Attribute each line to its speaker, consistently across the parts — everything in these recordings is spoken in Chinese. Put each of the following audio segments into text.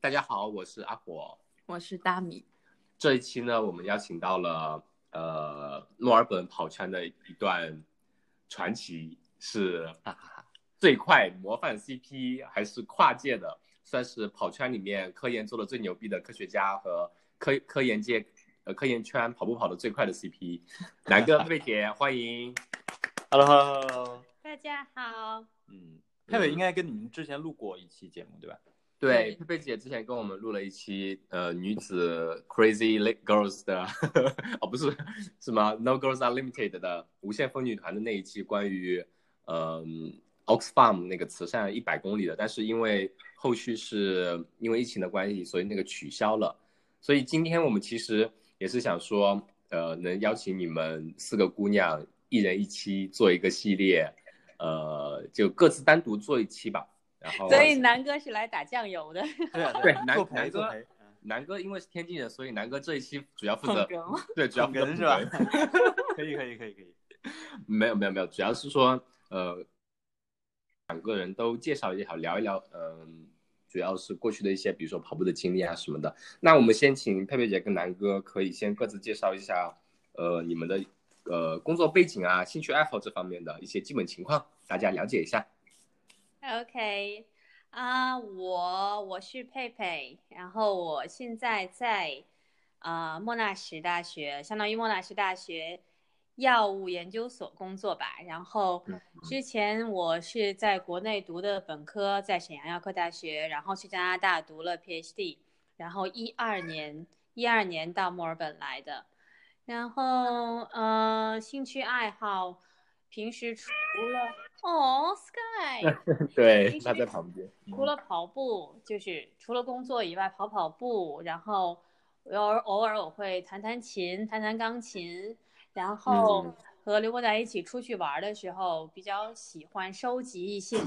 Speaker 1: 大家好，我是阿火。
Speaker 2: 我是大米，
Speaker 1: 这一期呢，我们邀请到了呃墨尔本跑圈的一段传奇，是最快模范 CP，还是跨界的，算是跑圈里面科研做的最牛逼的科学家和科科研界呃科研圈跑步跑得最快的 CP，南哥佩佩姐，欢迎。
Speaker 3: Hello Hello Hello，
Speaker 4: 大家好，
Speaker 3: 嗯，佩佩应该跟你们之前录过一期节目对吧？
Speaker 1: 对，佩佩姐之前跟我们录了一期呃女子 Crazy Li- Girls 的，哦不是什么 No Girls Unlimited 的无限疯女团的那一期关于嗯、Oxfam 那个慈善一百公里的，但是因为后续是因为疫情的关系，所以那个取消了。所以今天我们其实也是想说，呃，能邀请你们四个姑娘一人一期做一个系列，呃，就各自单独做一期吧。然后
Speaker 4: 所以南哥是来打酱油的，
Speaker 3: 对啊
Speaker 1: 对
Speaker 3: 啊
Speaker 1: 南
Speaker 3: 作
Speaker 1: 南
Speaker 3: 陪
Speaker 1: 哥
Speaker 3: 作陪，嗯
Speaker 1: 南哥因为是天津人，所以南哥这一期主要负
Speaker 2: 捧
Speaker 1: 责
Speaker 2: 哏吗？
Speaker 1: 对，主要
Speaker 3: 捧
Speaker 1: 负责
Speaker 3: 哏
Speaker 1: 捧
Speaker 3: 是吧
Speaker 1: 哏？
Speaker 3: 可以可以可以可以，
Speaker 1: 没有没有没有，主要是说呃，两个人都介绍一下，聊一聊，嗯、主要是过去的一些，比如说跑步的经历啊什么的。那我们先请佩佩姐跟南哥可以先各自介绍一下，呃，你们的呃工作背景啊、兴趣爱好这方面的一些基本情况，大家了解一下。
Speaker 4: OK，啊、我我是佩佩，然后我现在在呃莫纳什大学，相当于莫纳什大学药物研究所工作吧。然后之前我是在国内读的本科，在沈阳药科大学，然后去加拿大读了 PhD，然后一二年一二年到墨尔本来的。然后呃，兴趣爱好，平时除了哦，Sky。
Speaker 1: 对
Speaker 4: 其，实
Speaker 1: 他在旁边。
Speaker 4: 除了跑步，就是除了工作以外，跑跑步，然后偶尔偶尔我会弹弹琴，弹弹钢琴，然后和刘伯达一起出去玩的时候，比较喜欢收集一些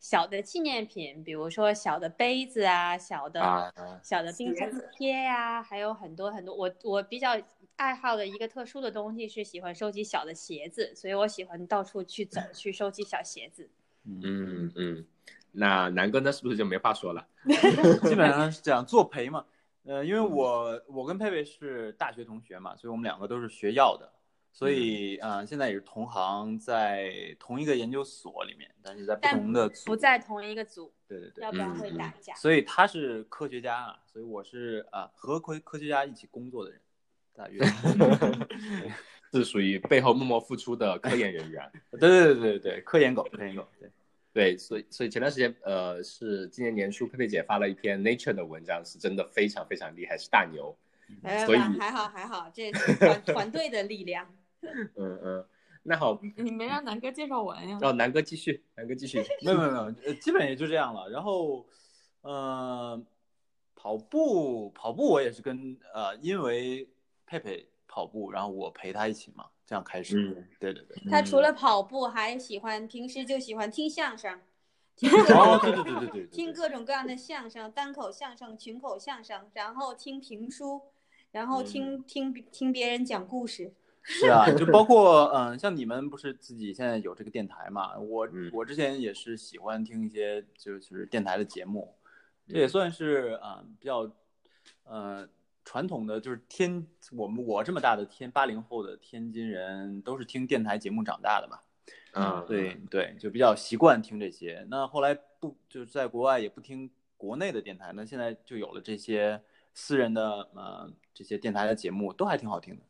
Speaker 4: 小的纪念品，比如说小的杯子啊，小的、
Speaker 1: 啊，
Speaker 4: 小的冰箱贴呀、还有很多很多。我我比较爱好的一个特殊的东西是喜欢收集小的鞋子，所以我喜欢到处去走，去收集小鞋子。
Speaker 3: 嗯，
Speaker 1: 嗯嗯，那南哥呢，是不是就没话说了？
Speaker 3: 嗯基本上是这样作陪嘛，呃，因为我我跟佩佩是大学同学嘛，所以我们两个都是学药的，所以嗯、呃现在也是同行，在同一个研究所里面，但是在不
Speaker 4: 但
Speaker 3: 同的组
Speaker 4: 不在同一个组，
Speaker 3: 对对对
Speaker 4: 要。不然会打架。
Speaker 3: 所以他是科学家啊，所以我是啊和科科学家一起工作的人，大约。
Speaker 1: 是属于背后默默付出的科研人员。
Speaker 3: 对对对对对，科研狗，科研狗，对，
Speaker 1: 对，所以所以前段时间，呃，是今年年初，佩佩姐发了一篇 Nature 的文章，是真的非常非常厉害，是大牛。
Speaker 4: 没有
Speaker 1: 所以
Speaker 4: 没有哎还好还好，这是 团团队的力量。
Speaker 1: 嗯嗯，那好，哦
Speaker 2: 你没让南哥介绍完呀？
Speaker 1: 让南哥继续，南哥继续。
Speaker 3: 没有没有没有，呃基本也就这样了。然后，呃，跑步跑步我也是跟呃，因为佩佩跑步，然后我陪他一起嘛，这样开始。
Speaker 1: 嗯，
Speaker 3: 对对对。
Speaker 4: 他除了跑步，还喜欢平时就喜欢听相声，听
Speaker 3: 哦
Speaker 4: 各，
Speaker 3: 对
Speaker 4: 种
Speaker 3: 对对对对对。
Speaker 1: 嗯
Speaker 4: 听各种各样的相声，单口相声、群口相声，然后听评书，然
Speaker 1: 嗯
Speaker 4: 后听、听听别人讲故事。
Speaker 3: 是啊，就包括嗯、呃像你们不是自己现在有这个电台嘛？我
Speaker 1: 嗯
Speaker 3: 我之前也是喜欢听一些就是电台的节目，这
Speaker 1: 嗯
Speaker 3: 也算是啊、呃比较呃传统的，就是天我们我这么大的天八零后的天津人都是听电台节目长大的嘛。
Speaker 1: 嗯，
Speaker 3: 对对，就比较习惯听这些。那后来不就是在国外也不听国内的电台，那现在就有了这些私人的呃这些电台的节目，都还挺好听的。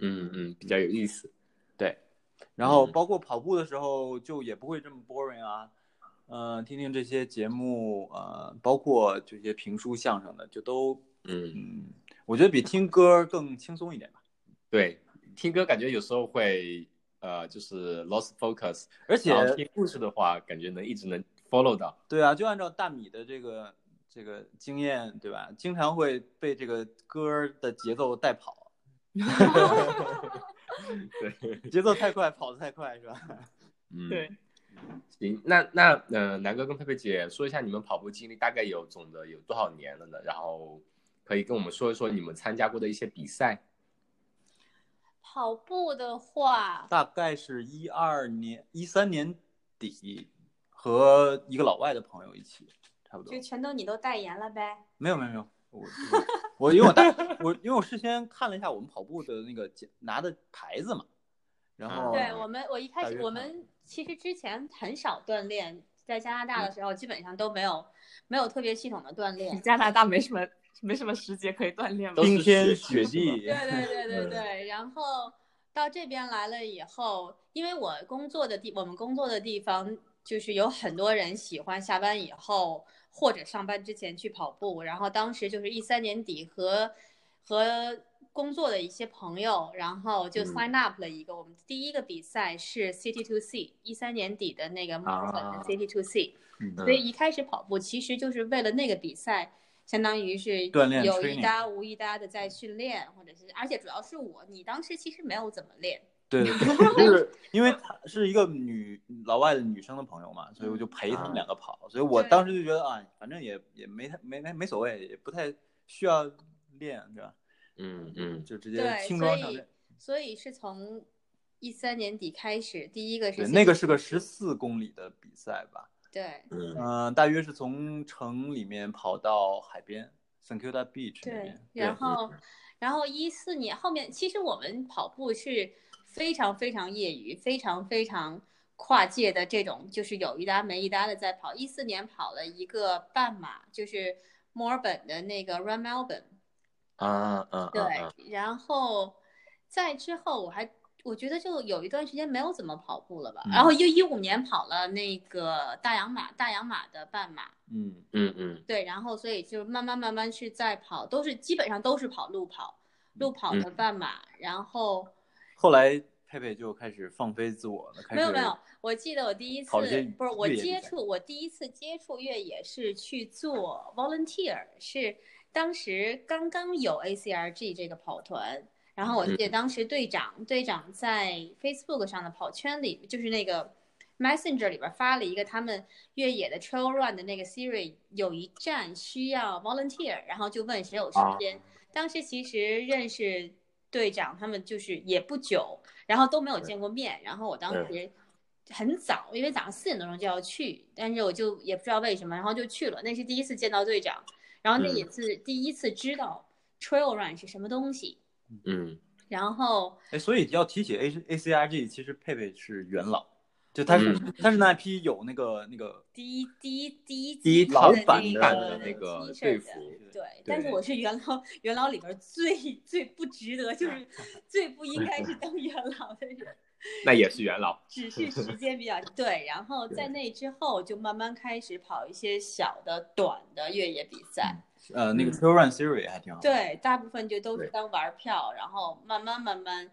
Speaker 1: 嗯嗯，比较有意思。
Speaker 3: 对，然后
Speaker 1: 嗯
Speaker 3: 包括跑步的时候，就也不会这么 boring 啊。嗯、听听这些节目，呃，包括这些评书、相声的，就都，
Speaker 1: 嗯，
Speaker 3: 嗯，我觉得比听歌更轻松一点吧。
Speaker 1: 对，听歌感觉有时候会，呃，就是 lost focus，
Speaker 3: 而且，
Speaker 1: 然后听故事的话，感觉能一直能 follow 到。
Speaker 3: 对啊，就按照大米的这个这个经验，对吧？经常会被这个歌的节奏带跑，
Speaker 1: 对，
Speaker 3: 节奏太快，跑得太快，是吧？
Speaker 1: 嗯，
Speaker 2: 对。
Speaker 1: 行，那那呃，南哥跟佩佩姐说一下你们跑步经历，大概有总的有多少年了呢？然后可以跟我们说一说你们参加过的一些比赛。
Speaker 4: 跑步的话，
Speaker 3: 大概是一二年、一三年底和一个老外的朋友一起，差不多
Speaker 4: 就。全都你都代言了呗。
Speaker 3: 没有没有没有，我我我因为我大我因为我事先看了一下我们跑步的那个奖拿的牌子嘛，然
Speaker 1: 哦
Speaker 3: 后
Speaker 4: 对我们，我一开
Speaker 3: 大
Speaker 4: 始
Speaker 3: 约看
Speaker 4: 我们其实之前很少锻炼，在加拿
Speaker 1: 嗯
Speaker 4: 大的时候基本上都没有没有特别系统的锻
Speaker 2: 你
Speaker 4: 炼。
Speaker 2: 加拿大没什么没什么时节可以锻炼吗
Speaker 1: 都？是
Speaker 3: 冰天
Speaker 1: 雪
Speaker 4: 对
Speaker 3: 雪地，
Speaker 4: 对对对
Speaker 1: 嗯
Speaker 4: 对，然后到这边来了以后，因为我工作的地，我们工作的地方就是有很多人喜欢下班以后或者上班之前去跑步，然后当时就是一三年底和和工作的一些朋友，然后就
Speaker 1: 嗯
Speaker 4: sign up 了一个，我们第一个比赛是 City to C，一三年底的那个墨尔本
Speaker 1: 啊
Speaker 4: 的 City to C，、
Speaker 3: 嗯
Speaker 4: 所以一开始跑步其实就是为了那个比赛，相当于是
Speaker 3: 锻炼
Speaker 4: 有
Speaker 3: training
Speaker 4: 一搭无一搭的在训练，或者是，而且主要是我，你当时其实没有怎么练，
Speaker 3: 对对对，就是因为她是一个女老外的女生的朋友嘛，所以我就陪他们两个跑，所以我
Speaker 4: 嗯对
Speaker 3: 当时就觉得啊，反正也也没太没没没所谓，也不太需要练，对吧？
Speaker 1: 嗯嗯，
Speaker 3: 就直接
Speaker 4: 对，
Speaker 3: 呃轻
Speaker 4: 所
Speaker 3: 装上
Speaker 4: 以
Speaker 3: 阵。
Speaker 4: 所以是从一三年底开始，第一个是
Speaker 3: 对，
Speaker 4: 先
Speaker 3: 那个是个十四公里的比赛吧，
Speaker 4: 对
Speaker 1: 嗯
Speaker 3: 嗯、大约是从城里面跑到海边 s a n c u t a Beach 那
Speaker 4: 对
Speaker 3: 边，，
Speaker 4: 然
Speaker 3: 对
Speaker 4: 后然后一四年后面，其实我们跑步是非常非常业余，非常非常。跨界的这种就是有一搭没一搭的在跑，一四年跑了一个半马，就是墨尔本的那个 Run Melbourne，
Speaker 1: 啊啊啊
Speaker 3: 嗯
Speaker 1: 啊！
Speaker 4: 对，然后在之后我还我觉得就有一段时间没有怎么跑步了吧，
Speaker 3: 嗯
Speaker 4: 然后又一五年跑了那个大洋马，大洋马的半马，
Speaker 3: 嗯，
Speaker 1: 嗯嗯
Speaker 4: 对，然后所以就慢慢慢慢是在跑，都是基本上都是跑路跑，路跑的半马，然后
Speaker 3: 后来佩佩就开始放飞自我了，开始
Speaker 4: 没有没有，我记得我第一次
Speaker 3: 跑了些
Speaker 4: 不是我
Speaker 3: 越野比
Speaker 4: 接
Speaker 3: 赛
Speaker 4: 触我第一次接触越野是去做 volunteer，是当时刚刚有 ACRG 这个跑团，然后我
Speaker 3: 嗯
Speaker 4: 记得当时队长、队长在 Facebook 上的跑圈里，就是那个 Messenger 里边发了一个他们越野的 trail run 的那个 series，有一站需要 volunteer，然后就问谁有时
Speaker 3: 啊
Speaker 4: 间。当时其实认识队长他们就是也不久，然后都没有见过面，然后我当时。很早，因为早上四点多钟就要去，但是我就也不知道为什么，然后就去了。那是第一次见到队长，然后那
Speaker 1: 嗯
Speaker 4: 也是第一次知道 trail run 是什么东西。
Speaker 1: 嗯，
Speaker 4: 然后
Speaker 3: 哎，所以要提起 A A C R G，其实佩佩是元老，就他是、
Speaker 1: 嗯
Speaker 3: 他是那批有那个那个
Speaker 4: 第一第一第一
Speaker 3: 第一
Speaker 4: 季
Speaker 3: 老
Speaker 4: 的
Speaker 3: 版
Speaker 4: 那
Speaker 3: 的
Speaker 1: 干的
Speaker 4: 个
Speaker 1: 那个
Speaker 4: T-shirt
Speaker 1: 队
Speaker 4: 的
Speaker 1: 服，
Speaker 4: 对，但是我是元老元老里边最最不值得，就是最不 应该是当元老的人。
Speaker 1: 那也是元老。
Speaker 4: 只是时间比较对，然后在那之后就慢慢开始跑一些小的、短的越野比赛。
Speaker 3: 呃那个
Speaker 1: 嗯
Speaker 3: Trail Run Series 还挺好。，
Speaker 4: 对，大部分就都
Speaker 1: 对
Speaker 4: 是当玩票，然后慢慢慢慢，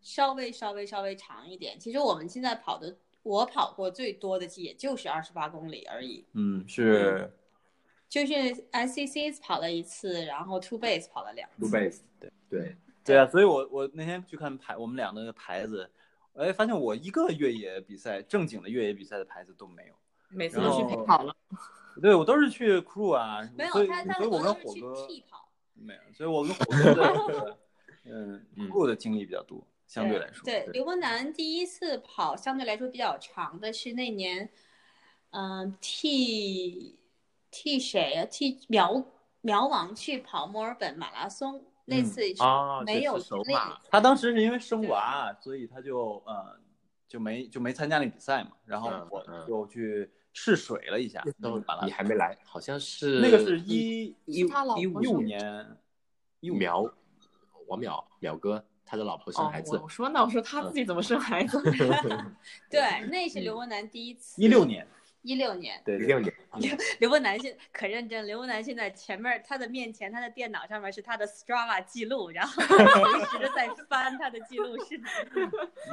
Speaker 4: 稍微稍微稍微长一点。其实我们现在跑的，我跑过最多的也就是二十八公里而已，
Speaker 3: 嗯，是
Speaker 4: 就是 SCC 跑了一次，然后 Two Base 跑了两
Speaker 1: Two
Speaker 4: 次。
Speaker 1: base，对对，
Speaker 3: 对啊，所以我我那天去看牌，我们俩的牌子，哎，发现我一个越野比赛正经的越野比赛的牌子都没有。
Speaker 2: 每次都
Speaker 3: 然
Speaker 2: 去
Speaker 3: 后
Speaker 2: 陪跑了，
Speaker 3: 对我都是去 crew 啊，
Speaker 4: 没有，
Speaker 3: 所以
Speaker 4: 他他
Speaker 3: 所
Speaker 4: 很
Speaker 3: 以我
Speaker 4: 多
Speaker 3: 跟
Speaker 4: 都是
Speaker 3: 火
Speaker 4: 去
Speaker 3: 哥
Speaker 4: 替跑，
Speaker 3: 没有，所以 我跟火哥的嗯 crew 的经历比较多，相对来说。
Speaker 4: 对，刘波南第一次跑相对来说比较长的是那年，嗯、替替谁啊？替苗苗王去跑墨尔本马拉松，那
Speaker 3: 嗯
Speaker 4: 次是
Speaker 1: 啊
Speaker 4: 没有
Speaker 1: 这次首
Speaker 4: 练
Speaker 1: 马
Speaker 3: 他当时是因为生娃，所以他就呃就没就没参加那比赛嘛。然后
Speaker 1: 嗯
Speaker 3: 我
Speaker 1: 嗯
Speaker 3: 就去试水了一下，
Speaker 1: 都
Speaker 3: 马拉
Speaker 1: 你还没来，好像是
Speaker 3: 嗯那个是一一
Speaker 2: 是他老婆
Speaker 3: 一五一
Speaker 2: 生
Speaker 3: 五
Speaker 2: 的
Speaker 3: 年，一五
Speaker 1: 苗王淼淼哥他的老婆生
Speaker 2: 哦
Speaker 1: 孩，子
Speaker 2: 我我，说那我说他自己怎么生孩子？
Speaker 4: 对，那是
Speaker 1: 嗯
Speaker 4: 刘波南第一次，
Speaker 3: 一六年，
Speaker 4: 一六年。
Speaker 3: 对
Speaker 1: 一
Speaker 3: 对
Speaker 1: 六年
Speaker 4: 刘波南现可认真，刘波南现在前面他的面前，他的电脑上面是他的 Strava 记录，然后 随时的在翻他的记录视频。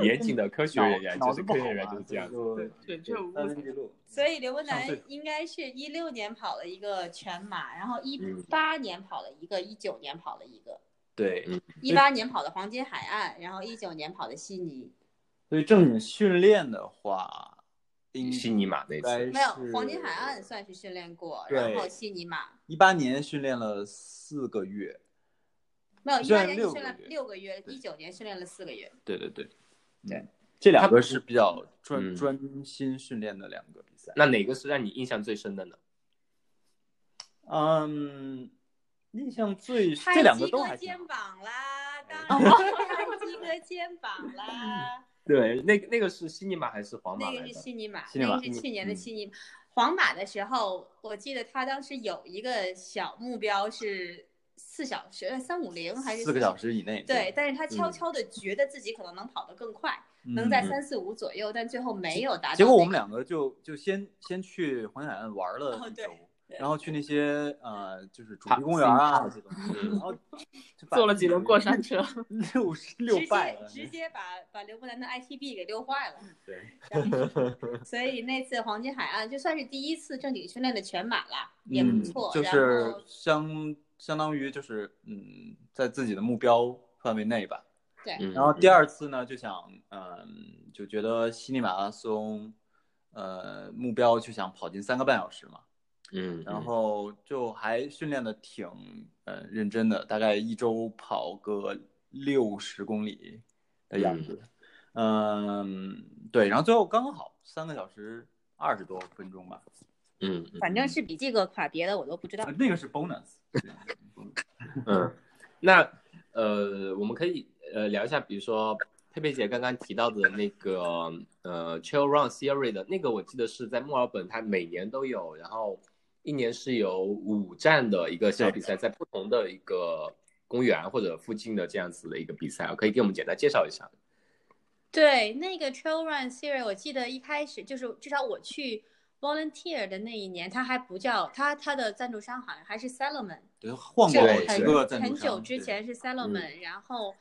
Speaker 1: 严谨的科学
Speaker 3: 脑
Speaker 1: 人员
Speaker 3: 脑
Speaker 1: 就
Speaker 3: 子
Speaker 1: 是
Speaker 3: 不
Speaker 1: 科
Speaker 3: 好
Speaker 1: 学人员
Speaker 3: 嘛
Speaker 1: 就是这样子。
Speaker 3: 所以
Speaker 2: 对
Speaker 3: 就
Speaker 2: 准确无误
Speaker 3: 三分记录。
Speaker 4: 所以刘文
Speaker 3: 上
Speaker 4: 南
Speaker 3: 岁数
Speaker 4: 应该是一六年跑了一个全马，然后一
Speaker 1: 嗯
Speaker 4: 八年跑了一个，一九年跑了一个，
Speaker 3: 对，
Speaker 4: 一八年跑的黄金海岸，然后一九年跑的悉尼，
Speaker 3: 所以正经训练的话，应
Speaker 1: 悉尼马那
Speaker 3: 该
Speaker 1: 次，
Speaker 3: 是
Speaker 4: 没有黄金海岸算是训练过，
Speaker 3: 对
Speaker 4: 然后悉尼马
Speaker 3: 一八年训练了四个月。
Speaker 4: 没有一
Speaker 3: 训
Speaker 4: 八
Speaker 3: 练
Speaker 4: 年
Speaker 3: 六
Speaker 4: 训
Speaker 3: 个
Speaker 4: 练
Speaker 3: 月
Speaker 4: 六个月，一九年训练了四个月，
Speaker 3: 对对对，
Speaker 4: 对
Speaker 3: 嗯，这两
Speaker 1: 他
Speaker 3: 个是比较专
Speaker 1: 嗯
Speaker 3: 专心训练的两个比赛。
Speaker 1: 那哪个是让你印象最深的呢？
Speaker 3: 嗯，印象最
Speaker 4: 拍
Speaker 3: 这两个
Speaker 4: 鸡
Speaker 3: 都
Speaker 4: 哥
Speaker 3: 还挺好
Speaker 4: 肩膀啦，
Speaker 3: 哎
Speaker 4: 当然拍鸡哥肩膀啦，
Speaker 1: 对，那个那个是悉尼马还是皇马
Speaker 4: 那
Speaker 1: 来
Speaker 4: 个是
Speaker 1: 着？
Speaker 4: 悉尼马，
Speaker 3: 悉尼马
Speaker 4: 那个是去年的
Speaker 1: 嗯
Speaker 4: 悉尼马。皇马的时候，我记得他当时有一个小目标是四小时呃三五零还是
Speaker 3: 四个小？时以内。
Speaker 4: 对，，但是他悄
Speaker 1: 嗯
Speaker 4: 悄的觉得自己可能能跑得更快，
Speaker 3: 嗯
Speaker 4: 能在
Speaker 1: 嗯
Speaker 4: 三四五左右，但最后没有达到。
Speaker 3: 结果我们两个就就先先去红海岸玩了
Speaker 4: 哦
Speaker 3: 一
Speaker 4: 对
Speaker 3: 周，
Speaker 4: 对
Speaker 3: 然后去那些呃就是主
Speaker 1: 爬
Speaker 3: 题公园啊
Speaker 1: 自
Speaker 3: 这种东西，然 后就把
Speaker 2: 坐了几轮过 山车，
Speaker 3: 六十六
Speaker 4: 直
Speaker 3: 拜
Speaker 4: 接
Speaker 3: 了。
Speaker 4: 直接把把刘伯南的 ITB 给溜坏了。
Speaker 3: 对，
Speaker 4: 然后所以那次黄金海岸就算是第一次正经训练的全马了，也不错。
Speaker 3: 嗯就
Speaker 4: 然
Speaker 3: 是
Speaker 4: 后
Speaker 3: 相相当于就是嗯，在自己的目标范围内吧。
Speaker 1: 嗯
Speaker 3: 然后第二次呢，就想嗯，就觉得悉尼马拉松，呃，目标就想跑进三个半小时嘛，
Speaker 1: 嗯，嗯
Speaker 3: 然后就还训练的挺呃认真的，大概一周跑个六十公里的样子。嗯，对，然后最后刚好三个小时二十多分钟吧，
Speaker 1: 嗯，嗯
Speaker 4: 反正是比这个垮，别的我都不知道
Speaker 3: 呃。那个是 bonus。对
Speaker 1: 嗯，那呃，我们可以呃聊一下，比如说佩佩姐刚刚提到的那个呃 Trail Run Theory 的那个，我记得是在墨尔本，它每年都有，然后一年是有五站的一个小比赛，在不同的一个公园或者附近的这样子的一个比赛，可以给我们简单介绍一下？
Speaker 4: 对，那个 Trail Run Series，我记得一开始就是至少我去 volunteer 的那一年，它还不叫它，它的赞助商好像还是 Salomon。
Speaker 3: 对，晃过
Speaker 1: 哦对
Speaker 3: 几
Speaker 1: 是
Speaker 4: 啊
Speaker 3: 个
Speaker 4: 很
Speaker 3: 赞助
Speaker 4: 很
Speaker 3: 商
Speaker 4: 久之，前是 Salomon，、然后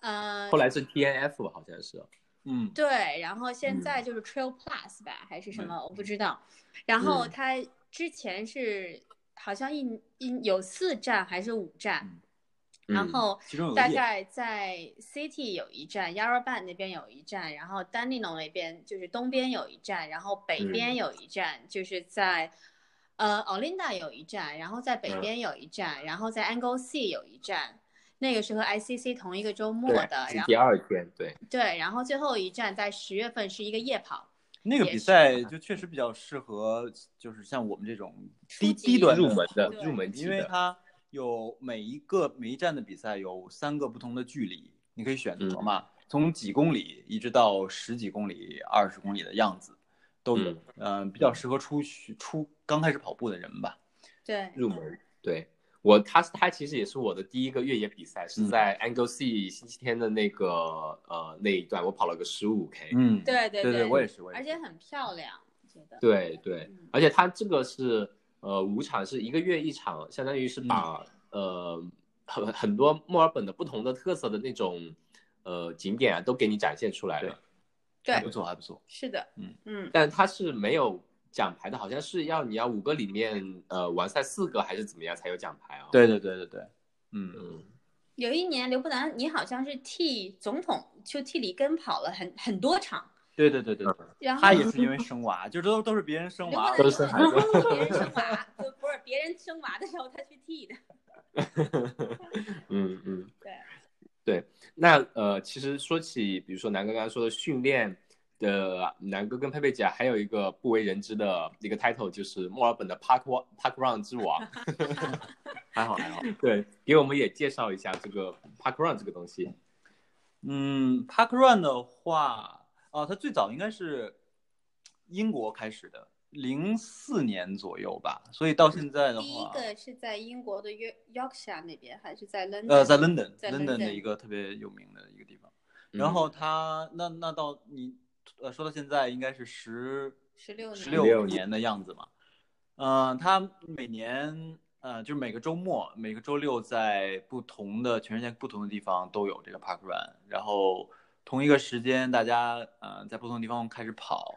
Speaker 4: 呃，
Speaker 1: 嗯后来是 TNF 好像是，
Speaker 3: 对嗯，
Speaker 4: 对，然后现
Speaker 1: 嗯
Speaker 4: 在就是 Trail Plus 吧，还是什
Speaker 3: 嗯
Speaker 4: 么，我不知道。然后
Speaker 1: 嗯
Speaker 4: 它之前是好像一一有四站还是五站，然
Speaker 1: 嗯
Speaker 4: 后
Speaker 3: 其中有个
Speaker 4: 大
Speaker 3: 夜
Speaker 4: 概在 City 有一站，Yarraban 那边有一站，然后 Dandenong 那边就是东边有一站，然后北
Speaker 1: 嗯
Speaker 4: 边有一站，就是在呃 Olinda 有一站，然后在北
Speaker 1: 嗯
Speaker 4: 边有一站，然后在 Anglesey 有一站。那个是和 ICC 同一个周末
Speaker 1: 对
Speaker 4: 的，
Speaker 1: 是
Speaker 4: 然后
Speaker 1: 第二天，对，
Speaker 4: 对，然后最后一站在十月份是一个夜跑，
Speaker 3: 那个
Speaker 4: 也
Speaker 3: 比
Speaker 4: 是
Speaker 3: 赛就确实比较适合，就是像我们这种
Speaker 4: 初
Speaker 3: 低
Speaker 4: 级
Speaker 3: 低端
Speaker 1: 入门的
Speaker 4: 对
Speaker 1: 入门级
Speaker 3: 因为
Speaker 1: 的，
Speaker 3: 它有每一个每一站的比赛有三个不同的距离，你可以选
Speaker 1: 嗯
Speaker 3: 择嘛，从几公里一直到十几公里、二十公里的样子都有，
Speaker 1: 嗯
Speaker 3: 嗯、比较适合初学初刚开始跑步的人吧。
Speaker 4: 对，
Speaker 1: 入门。对我，他他其实也是我的第一个越野比赛，是在 Anglesey 星期天的那个呃那一段，我跑了个十五 K。
Speaker 3: 嗯，
Speaker 4: 对对
Speaker 3: 对
Speaker 4: 对
Speaker 3: 我也是，我也
Speaker 4: 而
Speaker 3: 是，
Speaker 4: 且很漂亮，我觉得。
Speaker 1: 对对
Speaker 4: 嗯，
Speaker 1: 而且他这个是呃五场是一个月一场，相当于是把、呃很很多墨尔本的不同的特色的那种呃景点啊都给你展现出来了
Speaker 3: 对。还不
Speaker 4: 对，
Speaker 3: 错，还不错。
Speaker 4: 是的，
Speaker 3: 嗯
Speaker 4: 嗯，
Speaker 1: 但他是没有奖牌的，好像是要你要五个里面呃完赛四个还是怎么样才有奖牌啊？，
Speaker 3: 对对对对对，嗯，
Speaker 1: 嗯，
Speaker 4: 有一年刘步南，你好像是替总统就替里根跑了很很多场，
Speaker 3: 对对对对
Speaker 1: 嗯
Speaker 3: 对，
Speaker 4: 然后
Speaker 3: 他也是因为生娃，就都都是别人生
Speaker 4: 刘
Speaker 3: 娃
Speaker 4: 伯
Speaker 3: 而
Speaker 4: 南
Speaker 1: 都是生孩子
Speaker 4: 别人生娃，不不是别人生娃的时候他去替的，
Speaker 1: 嗯嗯，
Speaker 4: 对
Speaker 1: 对。那呃，其实说起，比如说南哥刚刚说的训练的，南哥跟佩佩姐还有一个不为人知的一个 title，就是墨尔本的 Park Wa- Park Run 之 王。
Speaker 3: 还好还好。
Speaker 1: 对，给我们也介绍一下这个 Park Run 这个东西。
Speaker 3: 嗯，Park Run 的话，啊，它最早应该是英国开始的，零四年左右吧，所以到现在的
Speaker 4: 第一
Speaker 3: 话，
Speaker 4: 个是在英国的 York Yorkshire 那边，还是在 London？
Speaker 3: 呃，在 London
Speaker 4: 在
Speaker 3: London 的
Speaker 4: London
Speaker 3: 一个特别有名的一个地方。然
Speaker 1: 嗯
Speaker 3: 后它那那到你呃说到现在应该是十
Speaker 4: 十六
Speaker 3: 十
Speaker 1: 16
Speaker 3: 六
Speaker 1: 年
Speaker 3: 年的样子嘛。嗯、它每年呃就是每个周末每个周六在不同的全世界不同的地方都有这个 Park Run，然后同一个时间大家呃在不同地方开始跑。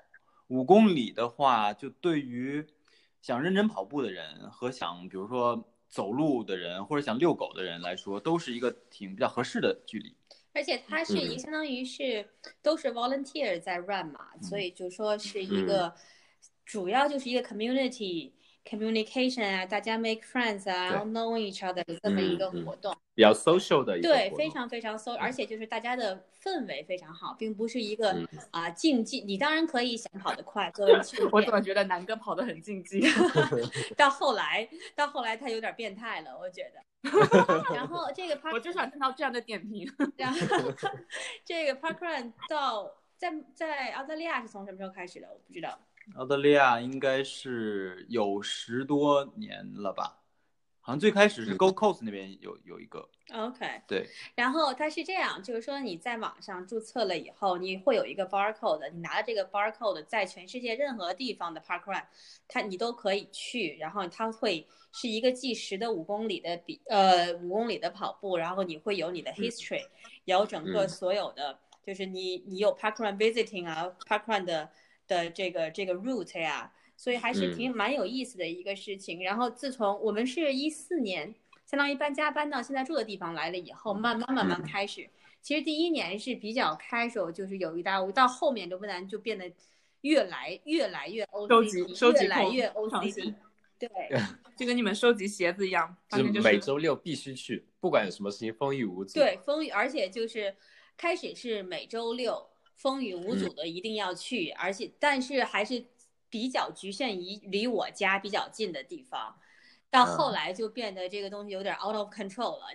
Speaker 3: 五公里的话，就对于想认真跑步的人和想比如说走路的人或者想遛狗的人来说，都是一个挺比较合适的距离。
Speaker 4: 而且它是一
Speaker 1: 嗯
Speaker 4: 个相当于是都是
Speaker 3: 嗯
Speaker 4: volunteer 在 run 嘛，所以就说是一个主要就是一个 community communication 啊，大家 make friends 啊，然后 knowing each other 的这么一个
Speaker 1: 嗯嗯
Speaker 4: 活动。
Speaker 1: 比较 social 的一个活
Speaker 4: 对，
Speaker 1: 动嗯
Speaker 4: 非常非常 so，而且就是大家的氛围非常好，并不是一个
Speaker 1: 嗯
Speaker 4: 啊、竞技。你当然可以想跑得快作为 训
Speaker 2: 我怎
Speaker 4: 练，
Speaker 2: 么觉得南哥跑得很竞技？
Speaker 4: 到后来到后来他有点变态了，我觉得。 然后这个 park，
Speaker 2: 我就想听到这样的点评。
Speaker 4: 然后这个 park run 到在在澳大利亚是从什么时候开始的？我不知道。
Speaker 3: 澳大利亚应该是有十多年了吧，好像最开始是
Speaker 1: 嗯
Speaker 3: Go Coast 那边有有一个，
Speaker 4: OK，
Speaker 3: 对，
Speaker 4: 然后它是这样，就是说你在网上注册了以后，你会有一个 barcode，你拿了这个 parkcode，在全世界任何地方的 parkrun，它你都可以去，然后它会是一个计时的五公里的比呃五公里的跑步，然后你会有你的 history，、有整个
Speaker 1: 嗯
Speaker 4: 所有的，就是你你有 parkrun visiting 啊，parkrun 的的这个这个 route 呀、所以还
Speaker 2: 嗯
Speaker 4: 是挺蛮有意思的一个事情。然后自从我们是一四年，相当于搬家搬到现在住的地方来了以后，慢慢慢
Speaker 2: 嗯
Speaker 4: 慢开始。其实第一年是比较开手，就是有一搭无一，到后面刘芬兰就变得越来越来越 O
Speaker 2: 收
Speaker 4: C
Speaker 2: 集
Speaker 4: D，
Speaker 2: 收集
Speaker 4: 越来
Speaker 2: 控
Speaker 4: 越
Speaker 2: 尝
Speaker 4: O C
Speaker 2: 试
Speaker 4: D。对，
Speaker 2: 就跟你们收集鞋子一样，
Speaker 1: 就
Speaker 2: 反正就是
Speaker 1: 每周六必须去，不管有什么事情，风雨无阻。
Speaker 4: 对，，风雨，而且就是开始是每周六风雨无
Speaker 1: 嗯
Speaker 4: 阻的一定要去，而且但是还是比较局限于离我家比较近的地方。到后
Speaker 1: 嗯
Speaker 4: 来就变得这个东西有点 out of control 了，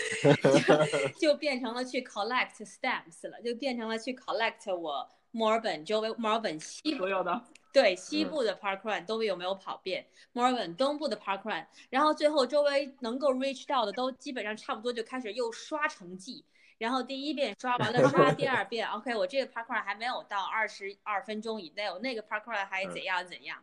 Speaker 4: 就就就变成了去 collect stamps 了，就变成了去 collect 我墨尔本周围墨尔本西部
Speaker 2: 所有的，
Speaker 4: 对西
Speaker 1: 嗯
Speaker 4: 部的 parkrun 都有没有跑遍，墨尔本东部的 parkrun，然后最后周围能够 reach 到的都基本上差不多就开始又刷成绩，然后第一遍刷 完了刷第二遍，OK，我这个 parkrun 还没有到二十二分钟以内，我那个 parkrun
Speaker 1: 嗯
Speaker 4: 还怎样 怎样，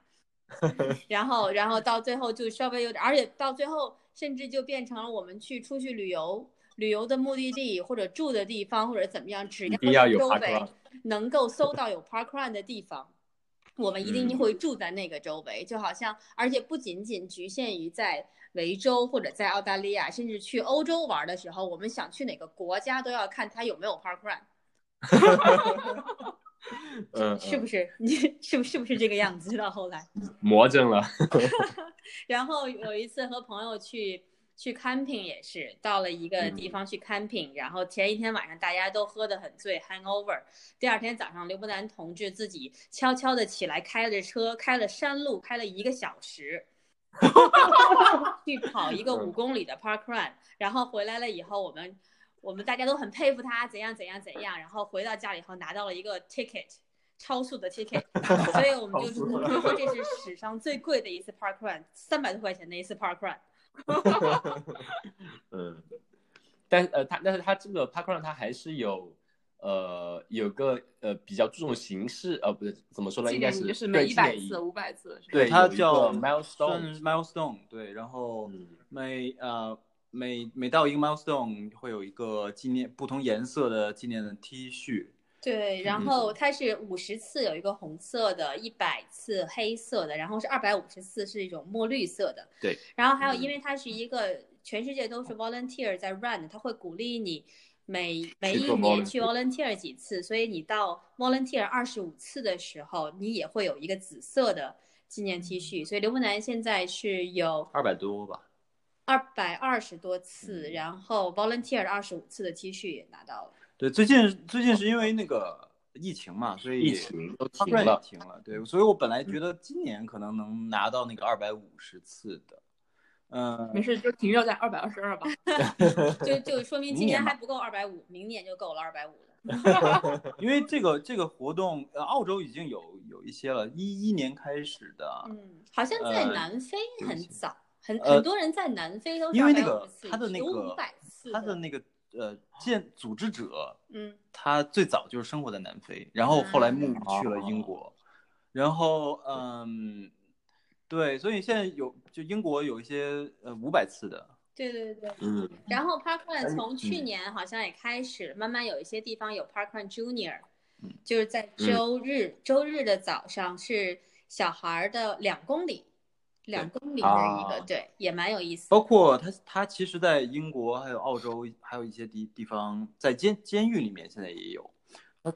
Speaker 4: 然后然后到最后就稍微有点，而且到最后甚至就变成了我们去出去旅游。旅游的目的地或者住的地方或者怎么样，只
Speaker 1: 一定要
Speaker 4: 是
Speaker 1: 有
Speaker 4: 周
Speaker 1: park
Speaker 4: 围
Speaker 1: run。
Speaker 4: 能够搜到有 parkrun 的地方，我们一定
Speaker 1: 嗯
Speaker 4: 会住在那个周围，就好像，而且不仅仅局限于在维州或者在澳大利亚，甚至去欧洲玩的时候，我们想去哪个国家都要看它有没有 parkrun，
Speaker 1: 嗯，
Speaker 4: 是不
Speaker 1: 是
Speaker 4: 是？ 你是不是不是这个样子？到后来，
Speaker 1: 呃魔怔了？
Speaker 4: 然后有一次和朋友去去 camping 也是，到了一个
Speaker 1: 嗯
Speaker 4: 地方去 camping，、然后前一天晚上大家都喝得很醉，hangover。第二天早上，刘伯南同志自己悄悄的起来，开着车，开了山路，开了一个小时。去跑一个
Speaker 1: 嗯
Speaker 4: 五公里的 park run，然后回来了以后，我们我们大家都很佩服他怎样怎样怎样，然后回到家以后拿到了一个 ticket，超速的 ticket，所以我们就我们就说这是史上最贵的一次 park run，三百多块钱的一次 park run。
Speaker 1: 嗯，但呃，他但是他这个 parkrun 他还是有呃有个呃比较注重形式，呃不是怎么说呢，
Speaker 2: 纪
Speaker 1: 应该
Speaker 2: 念
Speaker 1: 是
Speaker 2: 仪式
Speaker 1: 对
Speaker 2: 每一
Speaker 1: 纪
Speaker 2: 百
Speaker 1: 念仪
Speaker 2: 次、五百次，是吧
Speaker 1: 对
Speaker 3: 它
Speaker 1: 有一个
Speaker 3: 叫
Speaker 1: milestone，
Speaker 3: 是 milestone，对，然后
Speaker 1: 嗯
Speaker 3: 每呃每每到一个 milestone 会有一个纪念不同颜色的纪念的 T 恤，
Speaker 4: 对，然后它是五十次有一个红色的，一百次黑色的，然后是二百五十次是一种墨绿色的。
Speaker 3: 对，
Speaker 4: 然后还有，
Speaker 1: 嗯
Speaker 4: 因为它是一个全世界都是 volunteer 在 run 的，它会鼓励你每每一
Speaker 1: 做
Speaker 4: 年去
Speaker 1: volunteer
Speaker 4: volunteer 几次，所以你到 volunteer 二十五次的时候，你也会有一个紫色的纪念 T 恤。所以刘文南现在是有
Speaker 3: 二百多吧，
Speaker 4: 二百二十多次，
Speaker 3: 嗯
Speaker 4: 然后 volunteer 二十五次的 T 恤也拿到了。
Speaker 3: 对，最近最近是因为那个疫情嘛，所以
Speaker 1: 疫情都
Speaker 3: 它
Speaker 1: 停
Speaker 3: 也
Speaker 1: 了，嗯
Speaker 3: 停了，对，所以我本来觉得今年可能能拿到那个二百五十次的，嗯、
Speaker 2: 没事，就停留在二百二十二吧。
Speaker 4: 就就说明今
Speaker 3: 明年
Speaker 4: 年
Speaker 3: 吧
Speaker 4: 还不够二百五，明年就够了二百五了。
Speaker 3: 因为这个这个活动，呃，澳洲已经有有一些了，一一年开始的，
Speaker 4: 嗯，好像在
Speaker 3: 呃
Speaker 4: 南非
Speaker 3: 对不
Speaker 4: 很
Speaker 3: 起
Speaker 4: 早，很
Speaker 3: 呃
Speaker 4: 很多人在南非都是
Speaker 3: 因为那
Speaker 4: 250
Speaker 3: 个
Speaker 4: 次
Speaker 3: 他的那
Speaker 4: 有
Speaker 3: 个
Speaker 4: 500次
Speaker 3: 他的那个呃建组织者，
Speaker 4: 嗯
Speaker 3: 他最早就是生活在南非，然后后来牧去了英国，然后嗯，对，所以现在有就英国有一些呃五百次的，
Speaker 4: 对对对。
Speaker 1: 嗯，
Speaker 4: 然后 Parkrun
Speaker 1: 嗯
Speaker 4: 从去年好像也开始，慢慢有一些地方有 Parkrun Junior，
Speaker 3: 嗯
Speaker 4: 就是在周日周日的早上是小孩儿的两公里，两公里的一个
Speaker 1: 啊，
Speaker 4: 对，也蛮有意思的。
Speaker 3: 包括他他其实，在英国还有澳洲还有一些地地方，在监监狱里面现在也有，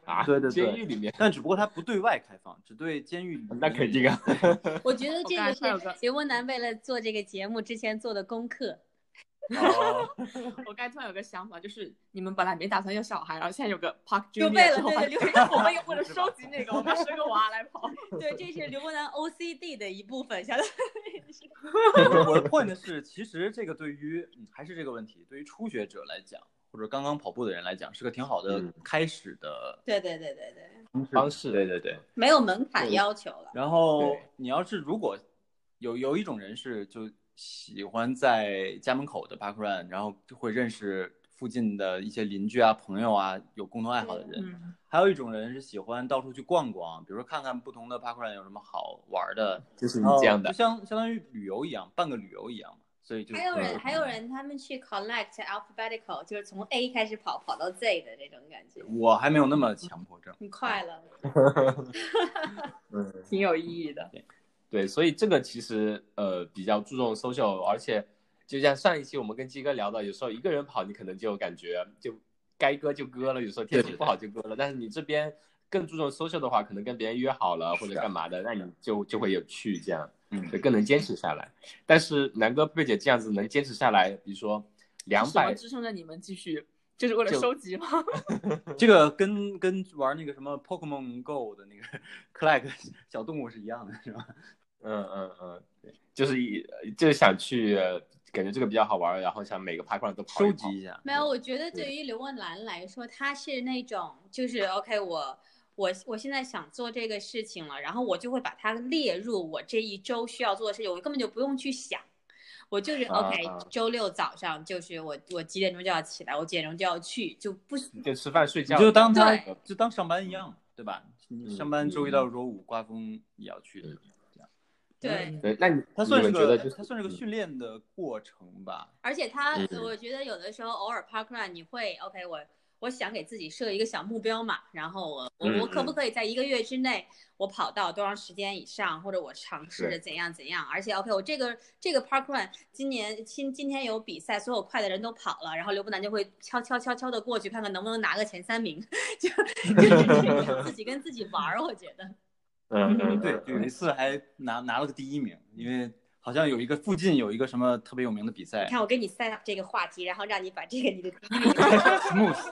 Speaker 1: 啊，
Speaker 3: 对对对
Speaker 1: 监狱里面，
Speaker 3: 但只不过它不对外开放，只对监狱里面。
Speaker 1: 那肯定 啊，
Speaker 4: 我觉得这
Speaker 2: 我刚才还有
Speaker 4: 个
Speaker 2: 个
Speaker 4: 是杰温南为了做这个节目之前做的功课。
Speaker 3: 哦
Speaker 2: 我刚才突然有个想法，就是你们本来没打算要小孩，然后现在有个 Park
Speaker 4: 就为
Speaker 2: Junior
Speaker 4: 了
Speaker 2: 之后
Speaker 4: 对
Speaker 2: 发
Speaker 4: 对
Speaker 2: 现，
Speaker 4: 刘
Speaker 2: 我们也为了收集那个，我们生个娃来 跑。
Speaker 4: 对，这是刘伯南 OCD 的一部分，相当于是。
Speaker 3: 我的 point 是，其实这个对于、嗯、还是这个问题，对于初学者来讲，或者刚刚跑步的人来讲，是个挺好的
Speaker 1: 嗯
Speaker 3: 开始的
Speaker 4: 对对对对对，
Speaker 1: 方式
Speaker 3: 对对对。
Speaker 4: 没有门槛要求了。
Speaker 3: 然后
Speaker 1: 对
Speaker 3: 你要是如果有有一种人是就喜欢在家门口的 park run，然后就会认识附近的一些邻居啊、朋友啊，有共同爱好的人。
Speaker 2: 嗯，
Speaker 3: 还有一种人是喜欢到处去逛逛，比如说看看不同的 park run 有什么好玩的，
Speaker 1: 就是你
Speaker 3: 然后
Speaker 1: 嗯这样的
Speaker 3: 就，像相当于旅游一样，办个旅游一样嘛。所以就
Speaker 4: 还有人，
Speaker 3: 嗯
Speaker 4: 还有人，他们去 collect alphabetical，就是从 A 开始跑，跑到 Z 的这种感觉，
Speaker 3: 我还没有那么强迫症。
Speaker 4: 很快乐。
Speaker 1: 嗯，
Speaker 2: 挺有意义的。
Speaker 1: 对，所以这个其实呃比较注重 social，而且就像上一期我们跟鸡哥聊到，有时候一个人跑你可能就感觉就该割就割了，有时候天气不好就割了，但是你这边更注重 social 的话，可能跟别人约好了或者干嘛的，那你就就会有趣这样，
Speaker 3: 嗯
Speaker 1: 就更能坚持下来。但是南哥贝姐这样子能坚持下来，比如说两
Speaker 2: 什么
Speaker 1: 百
Speaker 2: 支撑着你们继续？就是为了收集吗？
Speaker 3: 这个跟跟玩那个什么 Pokemon Go 的那个 collect 小动物是一样的，是吧？
Speaker 1: 嗯嗯嗯，对，就是一就是想去，呃感觉这个比较好玩，然后想每个 park run 都跑一跑
Speaker 3: 收集一下。
Speaker 4: 没有，我觉得对于刘文兰来说，她是那种就是 OK，我我我现在想做这个事情了，然后我就会把它列入我这一周需要做的事情，我根本就不用去想，我就是
Speaker 1: 啊
Speaker 4: OK，、周六早上就是我我几点钟就要起来，我几点钟就要去，就不
Speaker 1: 就吃饭睡觉一
Speaker 3: 你
Speaker 1: 样，
Speaker 3: 就当它
Speaker 4: 对
Speaker 3: 就当上班一样，对吧？你上班周一到周五刮风也要去
Speaker 1: 嗯，
Speaker 3: 这样。
Speaker 4: 对。
Speaker 2: 嗯
Speaker 1: 对，那你
Speaker 3: 它算是
Speaker 1: 你们觉得
Speaker 3: 个
Speaker 1: 就是
Speaker 3: 它算是个训练的过程吧。
Speaker 4: 而且他，
Speaker 1: 嗯
Speaker 4: 我觉得有的时候偶尔 park run，你会 OK，我我想给自己设一个小目标嘛，然后我我
Speaker 1: 嗯
Speaker 4: 我可
Speaker 1: 嗯
Speaker 4: 不可以在一个月之内，我跑到多长时间以上，或者我尝试着
Speaker 1: 对
Speaker 4: 怎样怎样？而且 OK，我这个这个 park run 今年今今天有比赛，所有快的人都跑了，然后刘步南就会悄悄悄悄的过去看看能不能拿个前三名， 就就是这种自己跟自己玩儿，我觉得。
Speaker 1: 嗯嗯
Speaker 3: 对，有一次还拿拿了个第一名，因为好像有一个附近有一个什么特别有名的比
Speaker 4: 你
Speaker 3: 赛
Speaker 4: 看，我给你 set up 这个话题，然后让你把这个你的第一名
Speaker 3: ，Smooth。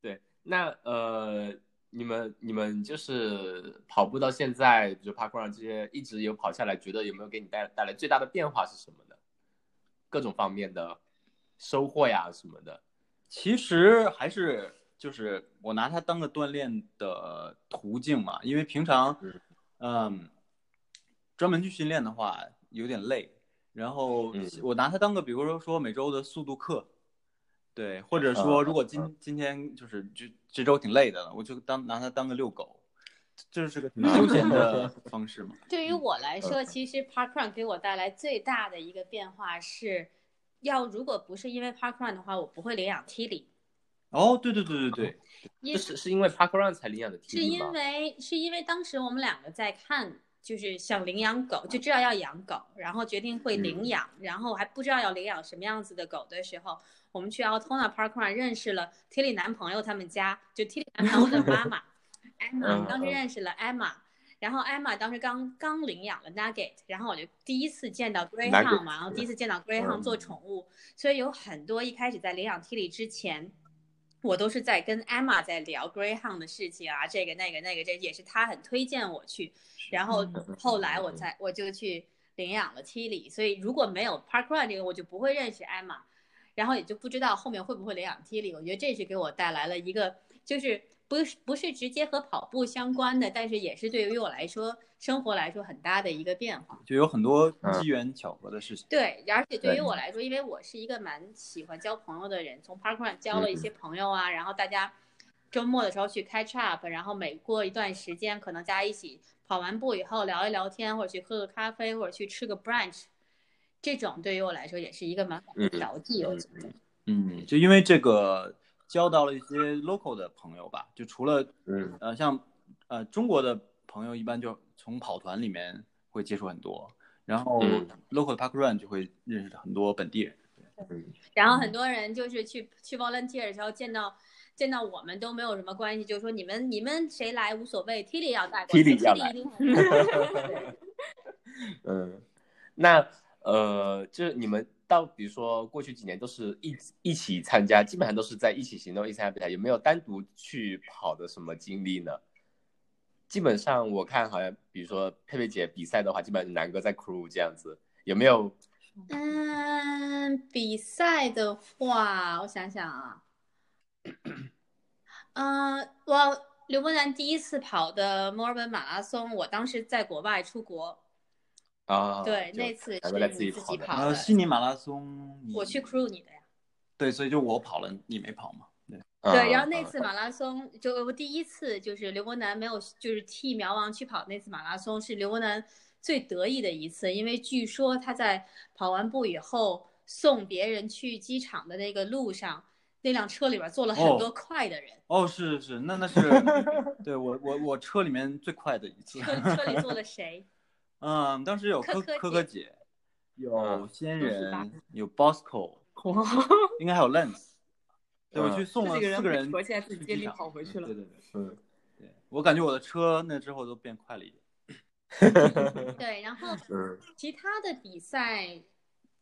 Speaker 1: 对，那呃，你们你们就是跑步到现在，比如 parkrun 这些一直有跑下来，觉得有没有给你带带来最大的变化是什么呢？各种方面的收获呀什么的，
Speaker 3: 其实还是就是我拿它当个锻炼的途径嘛，因为平常
Speaker 1: 嗯，
Speaker 3: 嗯，专门去训练的话有点累，然后
Speaker 1: 嗯
Speaker 3: 我拿它当个，比如说说每周的速度课，对，或者
Speaker 1: 啊
Speaker 3: 说如果今今天就是这这周挺累的了，我就当拿它当个遛狗，这是 个挺休闲的方式嘛。
Speaker 4: 对于
Speaker 3: 嗯
Speaker 4: 我来说，其实 parkrun 给我带来最大的一个变化是，要如果不是因为 parkrun 的话，我不会领养 Tilly，
Speaker 3: 哦，对对对对 对，
Speaker 4: 因
Speaker 1: 这是是因为 parkrun 才领养的
Speaker 4: 是
Speaker 1: T 吗
Speaker 4: 因？为是因为当时我们两个在看，就是想领养狗，就知道要养狗，然后决定会领养，然后还不知道要领养什么样子的狗的时候，我们去 Altona Parkrun 认识了 Tilly 男朋友他们家，就 Tilly 男朋友的妈妈 Emma，
Speaker 1: 嗯
Speaker 4: 当时认识了 Emma。然后 Emma 当时刚刚领养了 Nugget，然后我就第一次见到 Greyhound 嘛，然后第一次见到 Greyhound 做宠物，所以有很多一开始在领养 Tilly 之前，我都是在跟 Emma 在聊 Greyhound 的事情啊，这个那个那个，这也是她很推荐我去。然后
Speaker 2: 嗯
Speaker 4: 后来我才我就去领养了 Tilly，所以如果没有 Parkrun 这个，我就不会认识 Emma，然后也就不知道后面会不会领养 Tilly。我觉得这是给我带来了一个，就是不是不是直接和跑步相关的，但是也是对于我来说生活来说很大的一个变化。
Speaker 3: 就有很多
Speaker 1: 嗯
Speaker 3: 机缘巧合的事情。
Speaker 4: 对，而且对于
Speaker 1: 对
Speaker 4: 我来说，因为我是一个蛮喜欢交朋友的人，从 Park 上交了一
Speaker 1: 嗯
Speaker 4: 些朋友啊，然后大家周末的时候去 catch up，然后每过一段时间，可能大家一起跑完步以后聊一聊天，或者去喝个咖啡，或者去吃个 brunch，这种对于我来说也是一个蛮好的
Speaker 1: 嗯
Speaker 4: 调剂，我觉得。
Speaker 3: 嗯，就因为这个交到了一些 local 的朋友吧，就除了
Speaker 1: 嗯
Speaker 3: 呃像呃中国的朋友，一般就从跑团里面会接触很多，然后
Speaker 1: 嗯
Speaker 3: local 的 park run 就会认识很多本地人。
Speaker 1: 嗯
Speaker 4: 然后很多人就是去去 volunteer 的时候见到见到我们都没有什么关系，就说你们你们谁来无所谓，Tilly 要带过
Speaker 1: Tilly
Speaker 4: 去
Speaker 1: 要来
Speaker 4: ，Tilly 一定会来
Speaker 1: 嗯，那呃，就是你们到比如说过去几年都是一一起参加，基本上都是在一起行动、一起参加比赛，有没有单独去跑的什么经历呢？基本上我看好像，比如说佩佩姐比赛的话，基本上是南哥在 crew 这样子，有没有？
Speaker 4: 嗯，比赛的话，我想想啊，嗯，我刘伯南第一次跑的墨尔本马拉松，我当时在国外出国，
Speaker 1: 啊，
Speaker 4: 对，
Speaker 1: 就
Speaker 4: 那次
Speaker 1: 南哥
Speaker 4: 是你
Speaker 1: 在
Speaker 4: 自
Speaker 1: 己
Speaker 4: 己
Speaker 1: 跑的，
Speaker 4: 跑
Speaker 3: 呃，
Speaker 4: 的，
Speaker 3: 悉尼马拉松，你
Speaker 4: 我去 crew 你的呀。
Speaker 3: 对，所以就我跑了，你没跑嘛？对，
Speaker 4: 对，
Speaker 3: 啊
Speaker 4: 然后那
Speaker 1: 嗯
Speaker 4: 次马拉松，就我第一次就是刘伯南没有，就是替苗王去跑那次马拉松，是刘伯南最得意的一次，因为据说他在跑完步以后送别人去机场的那个路上，那辆车里边坐了很
Speaker 3: 哦
Speaker 4: 多快的 人，
Speaker 3: 哦，是是是，那 那是对我我我车里面最快的一次。
Speaker 4: 车车里坐了谁？
Speaker 3: 嗯，当时有
Speaker 4: 科
Speaker 3: 科
Speaker 4: 科姐
Speaker 3: 科科姐，有
Speaker 1: 嗯
Speaker 3: 仙
Speaker 2: 都是吧
Speaker 3: 人，有 Bosco，应该还有 Lens。对，我
Speaker 1: 嗯
Speaker 3: 去送了
Speaker 2: 这几个人
Speaker 3: 四个人
Speaker 2: 被驮起来自己
Speaker 3: 去
Speaker 2: 接
Speaker 3: 机
Speaker 2: 力
Speaker 3: 场
Speaker 2: 跑回去了
Speaker 3: 对对对
Speaker 1: 嗯
Speaker 3: 对，我感觉我的车那之后都变快了一点。
Speaker 4: 对，然后
Speaker 1: 嗯
Speaker 4: 其他的比赛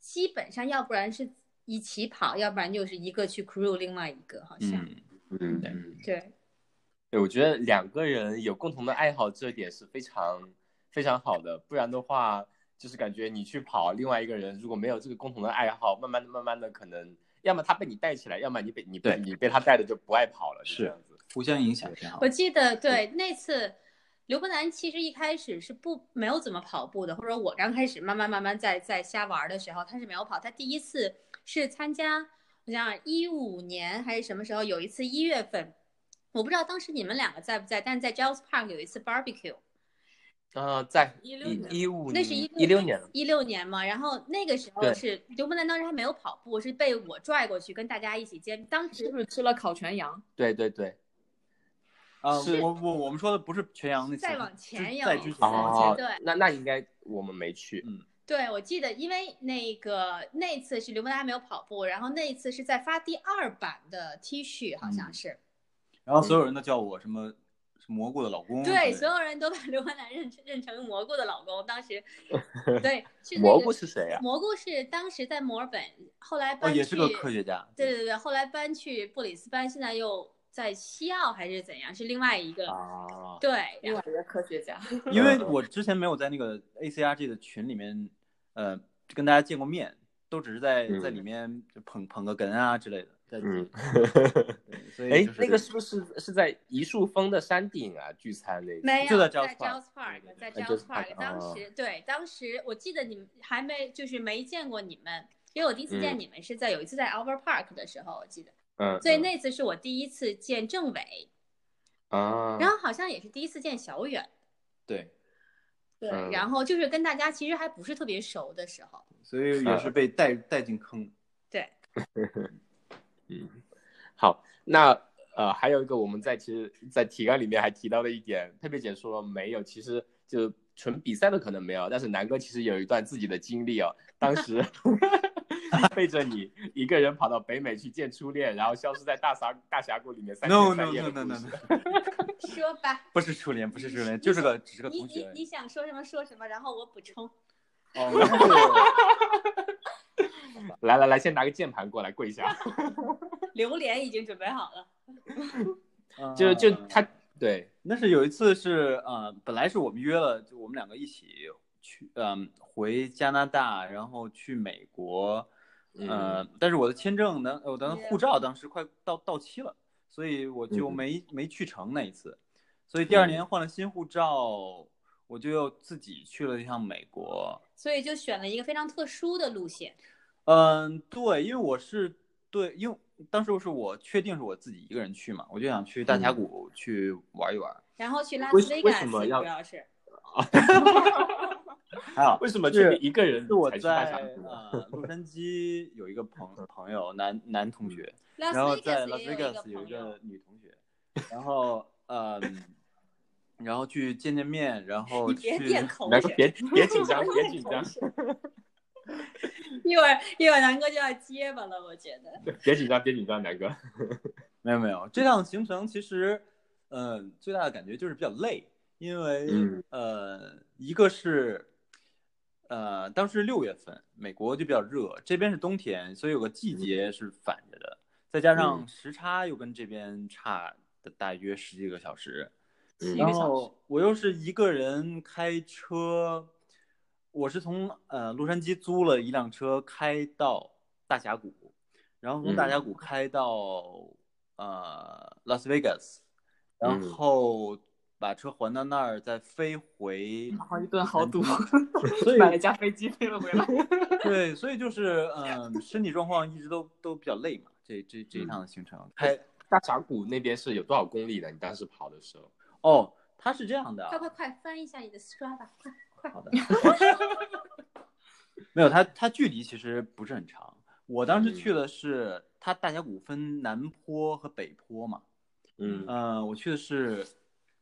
Speaker 4: 基本上要不然是一起跑，要不然就是一个去 crew，另外一个好像、
Speaker 3: 嗯，
Speaker 1: 嗯嗯，
Speaker 4: 对。
Speaker 1: 对，我觉得两个人有共同的爱好，这一点是非常非常好的。不然的话，就是感觉你去跑，另外一个人如果没有这个共同的爱好，慢慢的、慢慢的，可能要么他被你带起来，要么你被你被
Speaker 3: 对
Speaker 1: 你被他带的就不爱跑了，就是这样子。
Speaker 3: 互相影响挺好
Speaker 4: 我。记得对那次，刘伯南其实一开始是不没有怎么跑步的，或者我刚开始慢慢慢慢在在瞎玩儿的时候，他是没有跑。他第一次是参加，我想一五年还是什么时候，有一次一月份，我不知道当时你们两个在不在，但是在 Giles Park 有一次 barbecue，
Speaker 1: 啊，在
Speaker 2: 16年
Speaker 1: 一一五
Speaker 4: 那是
Speaker 1: 一六年了，
Speaker 4: 一六年嘛，然后那个时候
Speaker 1: 对
Speaker 4: 是刘伯南当时还没有跑步，是被我拽过去跟大家一起煎，当时
Speaker 2: 是不是吃了烤全羊？
Speaker 1: 对对对，
Speaker 3: 啊，
Speaker 1: 是
Speaker 3: 我我我们说的不是全羊那次，
Speaker 4: 再往前
Speaker 3: 是
Speaker 4: 有
Speaker 3: 在之前
Speaker 1: 哦
Speaker 4: 对，嗯
Speaker 1: 那那应该我们没去，
Speaker 4: 对，我记得，因为那个那次是刘伯达还没有跑步，然后那一次是在发第二版的 T 恤，好
Speaker 3: 嗯
Speaker 4: 像是。
Speaker 3: 然后所有人都叫我什么什么蘑菇的老公之类的。
Speaker 4: 对，所有人都把刘伯达认认成蘑菇的老公。当 时，对，是那
Speaker 1: 蘑
Speaker 4: 个
Speaker 1: 菇是谁呀？啊
Speaker 4: 蘑菇是当时在墨尔本，后来
Speaker 3: 哦，
Speaker 4: 搬去、
Speaker 3: 也是个科学家。
Speaker 4: 对对对，后来搬去布里斯班，现在又在西澳还是怎样，是另外一个。
Speaker 1: 啊，
Speaker 4: 对，
Speaker 2: 另
Speaker 4: 然后
Speaker 2: 外一个科学家，
Speaker 3: 因为我之前没有在那个 ACRG 的群里面，呃，跟大家见过面，都只是在
Speaker 1: 嗯
Speaker 3: 在里面就捧捧个哏啊之类的。在
Speaker 1: 嗯，
Speaker 3: 对 所以
Speaker 1: 哎
Speaker 3: 就，是
Speaker 1: 那个是不是是在一树峰的山顶啊聚餐那次？
Speaker 4: 没有，
Speaker 3: 就在
Speaker 4: 在
Speaker 3: Giles Park
Speaker 4: Giles
Speaker 3: 对对哎
Speaker 4: Park，在
Speaker 1: 对
Speaker 4: Giles
Speaker 1: Park，
Speaker 4: Park。当
Speaker 1: 哦
Speaker 4: 时对，当时我记得你们还没，就是没见过你们，因为我第一次见
Speaker 1: 嗯
Speaker 4: 你们是在有一次在 Albert Park 的时候，我记得，
Speaker 1: 嗯，
Speaker 4: 所以
Speaker 1: 嗯
Speaker 4: 那次是我第一次见政委，
Speaker 3: 嗯
Speaker 1: 啊，
Speaker 4: 然后好像也是第一次见小远，
Speaker 3: 对，
Speaker 4: 对
Speaker 1: 嗯，
Speaker 4: 然后就是跟大家其实还不是特别熟的时候，
Speaker 3: 所以
Speaker 1: 啊
Speaker 3: 也是被带带进坑。
Speaker 1: 好，那呃，还有一个我们在其实，在提纲里面还提到了一点，佩佩姐说没有，其实就纯比赛的可能没有，但是南哥其实有一段自己的经历哦，当时背着你一个人跑到北美去见初恋，然后消失在大峡大峡谷里面三
Speaker 3: No
Speaker 1: 天
Speaker 3: no
Speaker 1: 三夜
Speaker 3: no
Speaker 1: 的
Speaker 3: no
Speaker 1: 故
Speaker 3: no
Speaker 1: 事
Speaker 3: no，
Speaker 4: 说吧，
Speaker 3: 不是初恋，不是初恋，
Speaker 4: 你
Speaker 3: 就是个只是个
Speaker 4: 你
Speaker 3: 同
Speaker 4: 你
Speaker 3: 学而
Speaker 4: 你
Speaker 3: 已。
Speaker 4: 想说什么说什么，然后我补充，
Speaker 3: 哦，那是
Speaker 1: 来来来，先拿个键盘过来跪下，
Speaker 4: 榴莲已经准备好了，
Speaker 3: 嗯
Speaker 1: 就就他对，
Speaker 3: 那是有一次是呃，本来是我们约了，就我们两个一起去，嗯、回加拿大，然后去美国，
Speaker 4: 嗯
Speaker 3: 呃，但是我的签证呢，我的
Speaker 4: Yeah.
Speaker 3: 护照当时快到到期了，所以我就
Speaker 1: 嗯
Speaker 3: 没、没去成那一次，所以第二
Speaker 1: 嗯
Speaker 3: 年换了新护照，我就又自己去了一趟美国，
Speaker 4: 所以就选了一个非常特殊的路线，
Speaker 3: 嗯，对，因为我是对，因为当时是我确定是我自己一个人去嘛，我就想去大峡
Speaker 1: 嗯
Speaker 3: 谷去玩一玩，
Speaker 4: 然后去拉
Speaker 1: 为
Speaker 4: 斯维
Speaker 1: 为
Speaker 4: 加
Speaker 1: 什
Speaker 4: 斯，
Speaker 1: 么
Speaker 4: 主
Speaker 1: 要
Speaker 4: 要是。
Speaker 3: 还好
Speaker 1: 为什么
Speaker 3: 是
Speaker 1: 就你一个人
Speaker 3: 是我
Speaker 1: 才去大峡
Speaker 3: 在
Speaker 1: 谷 啊？
Speaker 3: 呃洛杉矶有一个朋朋友，男男
Speaker 1: 嗯
Speaker 3: 同学，
Speaker 4: 拉斯
Speaker 3: 然后
Speaker 4: 维加
Speaker 3: 在 Las
Speaker 4: 斯也
Speaker 3: Vegas
Speaker 4: 有一个朋
Speaker 3: 有一个
Speaker 4: 友，
Speaker 3: 女同学，然后嗯，然后去见见面，然后
Speaker 4: 你
Speaker 3: 去
Speaker 4: 别垫口
Speaker 1: 南哥
Speaker 4: 水，
Speaker 1: 别别紧张，别紧张，
Speaker 4: 一会儿一会儿南哥就要结巴了，我觉得。
Speaker 1: 别紧张，别紧张，南 哥。
Speaker 3: 没有没有，这趟行程其实，嗯、最大的感觉就是比较累，因为、
Speaker 1: 嗯
Speaker 3: 呃，一个是，呃，当时六月份，美国就比较热，这边是冬天，所以有个季节是反着的，再加上
Speaker 1: 嗯
Speaker 3: 时差又跟这边差的大约十几个小时，
Speaker 1: 嗯
Speaker 2: 一
Speaker 3: 然
Speaker 2: 个小时，
Speaker 3: 后我又是一个人开车，我是从呃洛杉矶租了一辆车开到大峡谷，然后从大峡
Speaker 2: 嗯
Speaker 3: 谷开到、呃拉斯维加斯，然
Speaker 1: 嗯
Speaker 3: 后把车还到那儿，再飞回。
Speaker 2: 然后一顿豪赌，
Speaker 3: 所以
Speaker 2: 买了架飞机飞了回来。
Speaker 3: 对，所以 就是嗯、身体状况一直都都比较累嘛。这这这一
Speaker 2: 嗯
Speaker 3: 趟的行程开
Speaker 1: 大峡谷那边是有多少公里的？你当时跑的时候，
Speaker 3: 哦，它是这样的啊，
Speaker 4: 快快快，翻一下你的 Strava，快快
Speaker 3: 好。的。没有，它它距离其实不是很长。我当时
Speaker 1: 嗯
Speaker 3: 去的是它大峡谷分南坡和北坡嘛，
Speaker 1: 嗯
Speaker 3: 呃，我去的是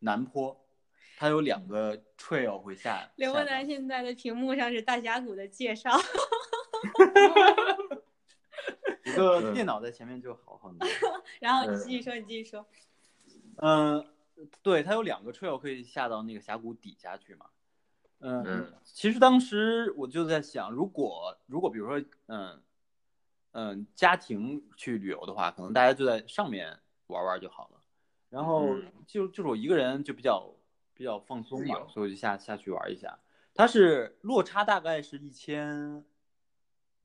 Speaker 3: 南坡，它有两个 trail 会下。
Speaker 4: 刘
Speaker 3: 下
Speaker 4: 文
Speaker 3: 的
Speaker 4: 南现在的屏幕上是大峡谷的介绍，
Speaker 3: 一个
Speaker 1: 嗯
Speaker 3: 电脑在前面就好很多。
Speaker 4: 然后你继续说，你继续说。
Speaker 3: 嗯、对，它有两个 trail 可以下到那个峡谷底下去嘛。嗯、
Speaker 1: 嗯
Speaker 3: 其实当时我就在想，如果如果比如说，嗯嗯，家庭去旅游的话，可能大家就在上面玩玩就好了。然后
Speaker 1: 嗯
Speaker 3: 就就是我一个人就比较比较放松嘛
Speaker 1: 自由，
Speaker 3: 所以我就下下去玩一下。它是落差大概是一千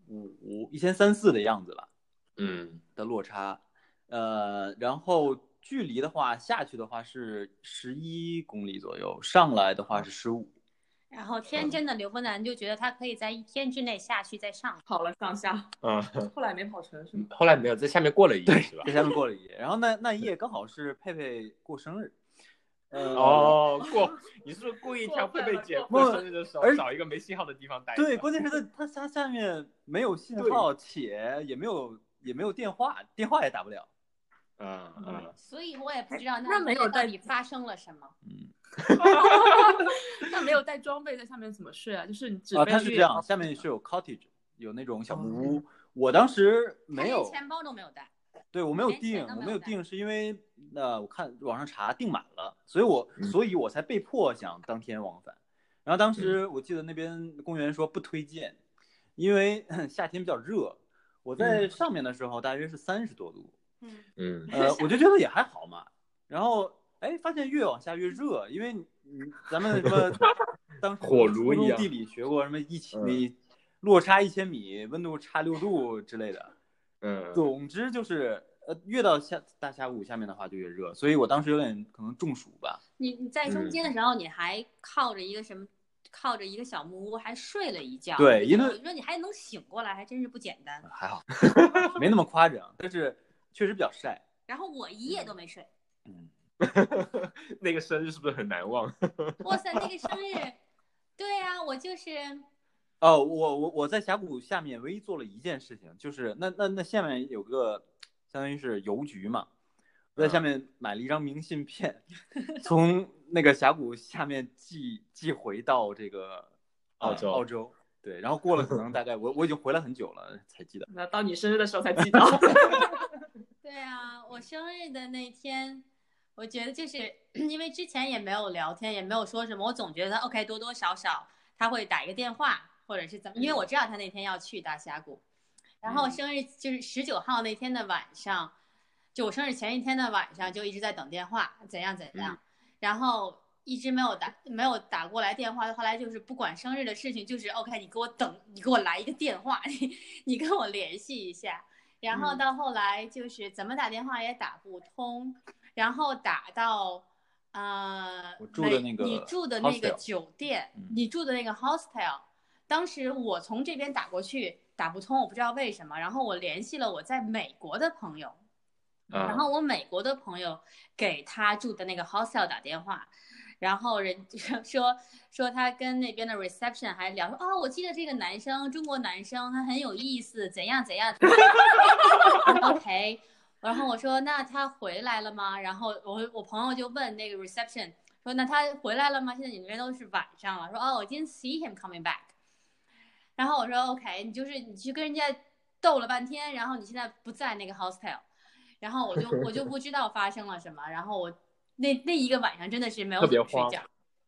Speaker 3: 五、一千三四的样子吧。
Speaker 1: 嗯
Speaker 3: 的落差，呃，然后距离的话，下去的话是十一公里左右，上来的话是十五。
Speaker 4: 然后天真的刘文南就觉得他可以在一天之内下去再上，
Speaker 2: 跑了上下，
Speaker 1: 啊，
Speaker 3: 嗯
Speaker 2: 后来没跑成，是吗？
Speaker 1: 后来没有，在下面过了一夜是吧
Speaker 3: 在？下面过了一夜，然后那那一夜刚好是佩佩过生日，呃，，
Speaker 1: 哦，过， 你是不是故意挑佩佩姐
Speaker 3: 过
Speaker 1: 过
Speaker 3: 分
Speaker 1: 生日的时候
Speaker 3: 而
Speaker 1: 找一个没信号的地方待着？
Speaker 3: 对，关键是它它它下面没有信号，且也没有也没有电话，电话也打不了。
Speaker 1: 嗯嗯，
Speaker 4: 所以我也不知道
Speaker 2: 那没有
Speaker 4: 到
Speaker 2: 在
Speaker 4: 底发生了什么。
Speaker 3: 嗯，
Speaker 2: 那没有带装备，在下面怎么睡啊？就是你只
Speaker 3: 啊，
Speaker 2: 背
Speaker 3: 它是
Speaker 2: 绿哦
Speaker 3: 这样，下面是有 cottage，有那种小木屋。我当时
Speaker 4: 他
Speaker 3: 没
Speaker 4: 连
Speaker 3: 有，
Speaker 4: 钱包都没有带，
Speaker 3: 对我没有
Speaker 4: 连钱
Speaker 3: 定
Speaker 4: 哎都，
Speaker 3: 我
Speaker 4: 没
Speaker 3: 没
Speaker 4: 有
Speaker 3: 有
Speaker 4: 带
Speaker 3: 定是因为呃，我看网上查订满了，所以我
Speaker 1: 嗯
Speaker 3: 所以我才被迫想当天往返。然后当
Speaker 1: 嗯
Speaker 3: 时我记得那边公园说不推荐，因为 夏天比较热。我在
Speaker 1: 嗯
Speaker 3: 上面的时候大约是三十 多度，
Speaker 4: 嗯，
Speaker 1: 嗯
Speaker 3: 呃，我就觉得也还好嘛。然后哎，发现越往下越热，因为你你咱们 什么当时
Speaker 1: 火炉一
Speaker 3: 初中
Speaker 1: 样
Speaker 3: 地理学过什么一千
Speaker 1: 嗯
Speaker 3: 米落差一千米，温度差六度之类的。
Speaker 1: 嗯，
Speaker 3: 总之就是，呃，越到下大峡谷下面的话就越热，所以我当时有点可能中暑吧。
Speaker 4: 你你在
Speaker 3: 嗯
Speaker 4: 中间的时候你还靠着一个什么，靠着一个小木屋还睡了一觉，
Speaker 3: 对因为
Speaker 4: 我说你还能醒过来，还真是不简单。
Speaker 3: 还好， 没那么夸张，但是确实比较晒。
Speaker 4: 然后我一夜都没睡，
Speaker 3: 嗯，
Speaker 1: 那个生日是不是很难忘？
Speaker 4: 哇塞，那个生日，对啊，我就是。
Speaker 3: 哦，我我我在峡谷下面唯一做了一件事情，就是那那那下面有个相当于是邮局嘛，我在下面买了一张明信片，从那个峡谷下面寄寄回到这个呃
Speaker 1: 澳洲
Speaker 3: 澳洲。对，然后过了可能大概我我已经回来很久了才记得。
Speaker 2: 那到你生日的时候才记到。
Speaker 4: 对啊，我生日的那天，我觉得就是 因为之前也没有聊天，也没有说什么，我总觉得 OK 多多少少他会打一个电话，或者是怎么，因为我知道他那天要去大峡谷。然后我生日就是十九号那天的晚上，就我生日前一天的晚上就一直在等电话，怎样怎样，然后一直没有打没有打过来电话。后来就是不管生日的事情，就是 OK，你给我等，你给我来一个电话， 你你跟我联系一下。然后
Speaker 1: 嗯
Speaker 4: 到后来就是怎么打电话也打不通，然后打到呃，
Speaker 3: 我住的
Speaker 4: 美
Speaker 3: 那个
Speaker 4: 你住的那个
Speaker 3: hostel
Speaker 4: 酒店
Speaker 3: 嗯，
Speaker 4: 你住的那个 hostel，当时我从这边打过去打不通，我不知道为什么，然后我联系了我在美国的朋友，
Speaker 1: 啊
Speaker 4: 然后我美国的朋友给他住的那个 hostel 打电话，然后人说 说他跟那边的 reception 还聊说哦，我记得这个男生中国男生他很有意思，怎样怎样 ，OK。然后我说那他回来了吗？然后我我朋友就问那个 reception 说那他回来了吗？现在你们这都是晚上了。说哦，I didn't see him coming back。然后我说 OK，你就是你去跟人家斗了半天，然后你现在不在那个 hostel，然后我就我就不知道发生了什么，然后我那那一个晚上真的是没有
Speaker 1: 特别
Speaker 4: 怎么睡
Speaker 1: 慌
Speaker 4: 觉，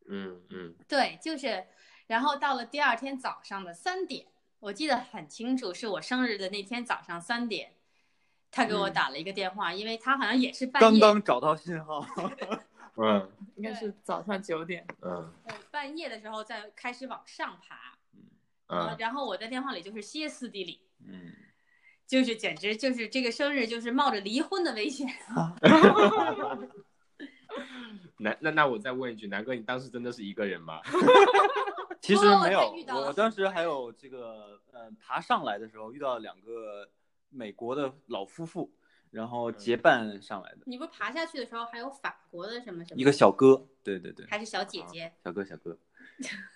Speaker 1: 嗯嗯，
Speaker 4: 对，就是，然后到了第二天早上的三点，我记得很清楚，是我生日的那天早上三点，他给我
Speaker 1: 嗯
Speaker 4: 打了一个电话，因为他好像也是半
Speaker 3: 刚
Speaker 4: 夜
Speaker 3: 刚找到信号，
Speaker 1: 嗯
Speaker 2: 应该是早上九点。
Speaker 1: 嗯
Speaker 4: 呃半夜的时候在开始往上爬，呃
Speaker 1: 嗯，
Speaker 4: 然后我在电话里就是歇斯底里，
Speaker 3: 嗯，
Speaker 4: 就是简直就是这个生日就是冒着离婚的危险，
Speaker 1: 南那那我再问一句，南哥，你当时真的是一个人吗？
Speaker 3: 其实没有
Speaker 4: 哦我遇，到了
Speaker 3: 我当时还有这个，呃，爬上来的时候遇到两个美国的老夫妇，然后结伴上来的，
Speaker 4: 你不是爬下去的时候还有法国的什么什么，
Speaker 3: 一个小哥，对对对，
Speaker 4: 还是小姐姐，
Speaker 3: 小哥小 哥，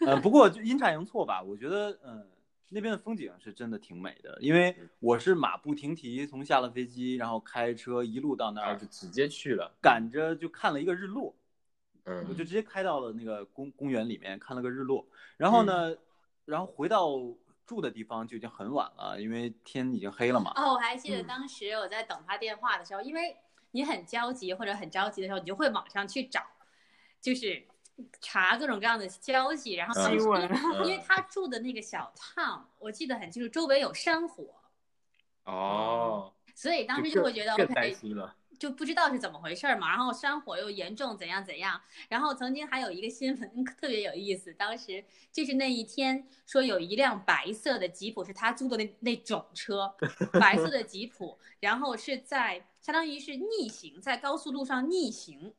Speaker 3: 呃，不过就阴差阳错吧，我觉得，嗯、那边的风景是真的挺美的，因为我是马不停蹄从下了飞机，然后开车一路到那
Speaker 1: 然
Speaker 3: 儿
Speaker 1: 后就，直接去了，
Speaker 3: 赶着就看了一个日落，
Speaker 1: 嗯
Speaker 3: 我就直接开到了那个公公园里面看了个日落，然后呢，然后回到住的地方就已经很晚了，因为天已经黑了嘛。
Speaker 4: 哦，我还记得
Speaker 1: 嗯
Speaker 4: 当时我在等他电话的时候，因为你很焦急或者很着急的时候，你就会网上去找，就是查各种各样的消息，然后
Speaker 1: 嗯
Speaker 2: 新闻啊
Speaker 4: 因为因为他住的那个小 town，我记得很清楚，周围有山火，
Speaker 1: 哦，
Speaker 4: 所以当时
Speaker 1: 就
Speaker 4: 就
Speaker 1: 更
Speaker 4: 会觉得
Speaker 1: 更担
Speaker 4: OK，
Speaker 1: 心了，
Speaker 4: 就不知道是怎么回事儿嘛。然后山火又严重，怎样怎样。然后曾经还有一个新闻 特别有意思，当时就是那一天说有一辆白色的吉普是他租的那那种 车，白色的吉普，然后是在相当于是逆行，在高速路上逆行。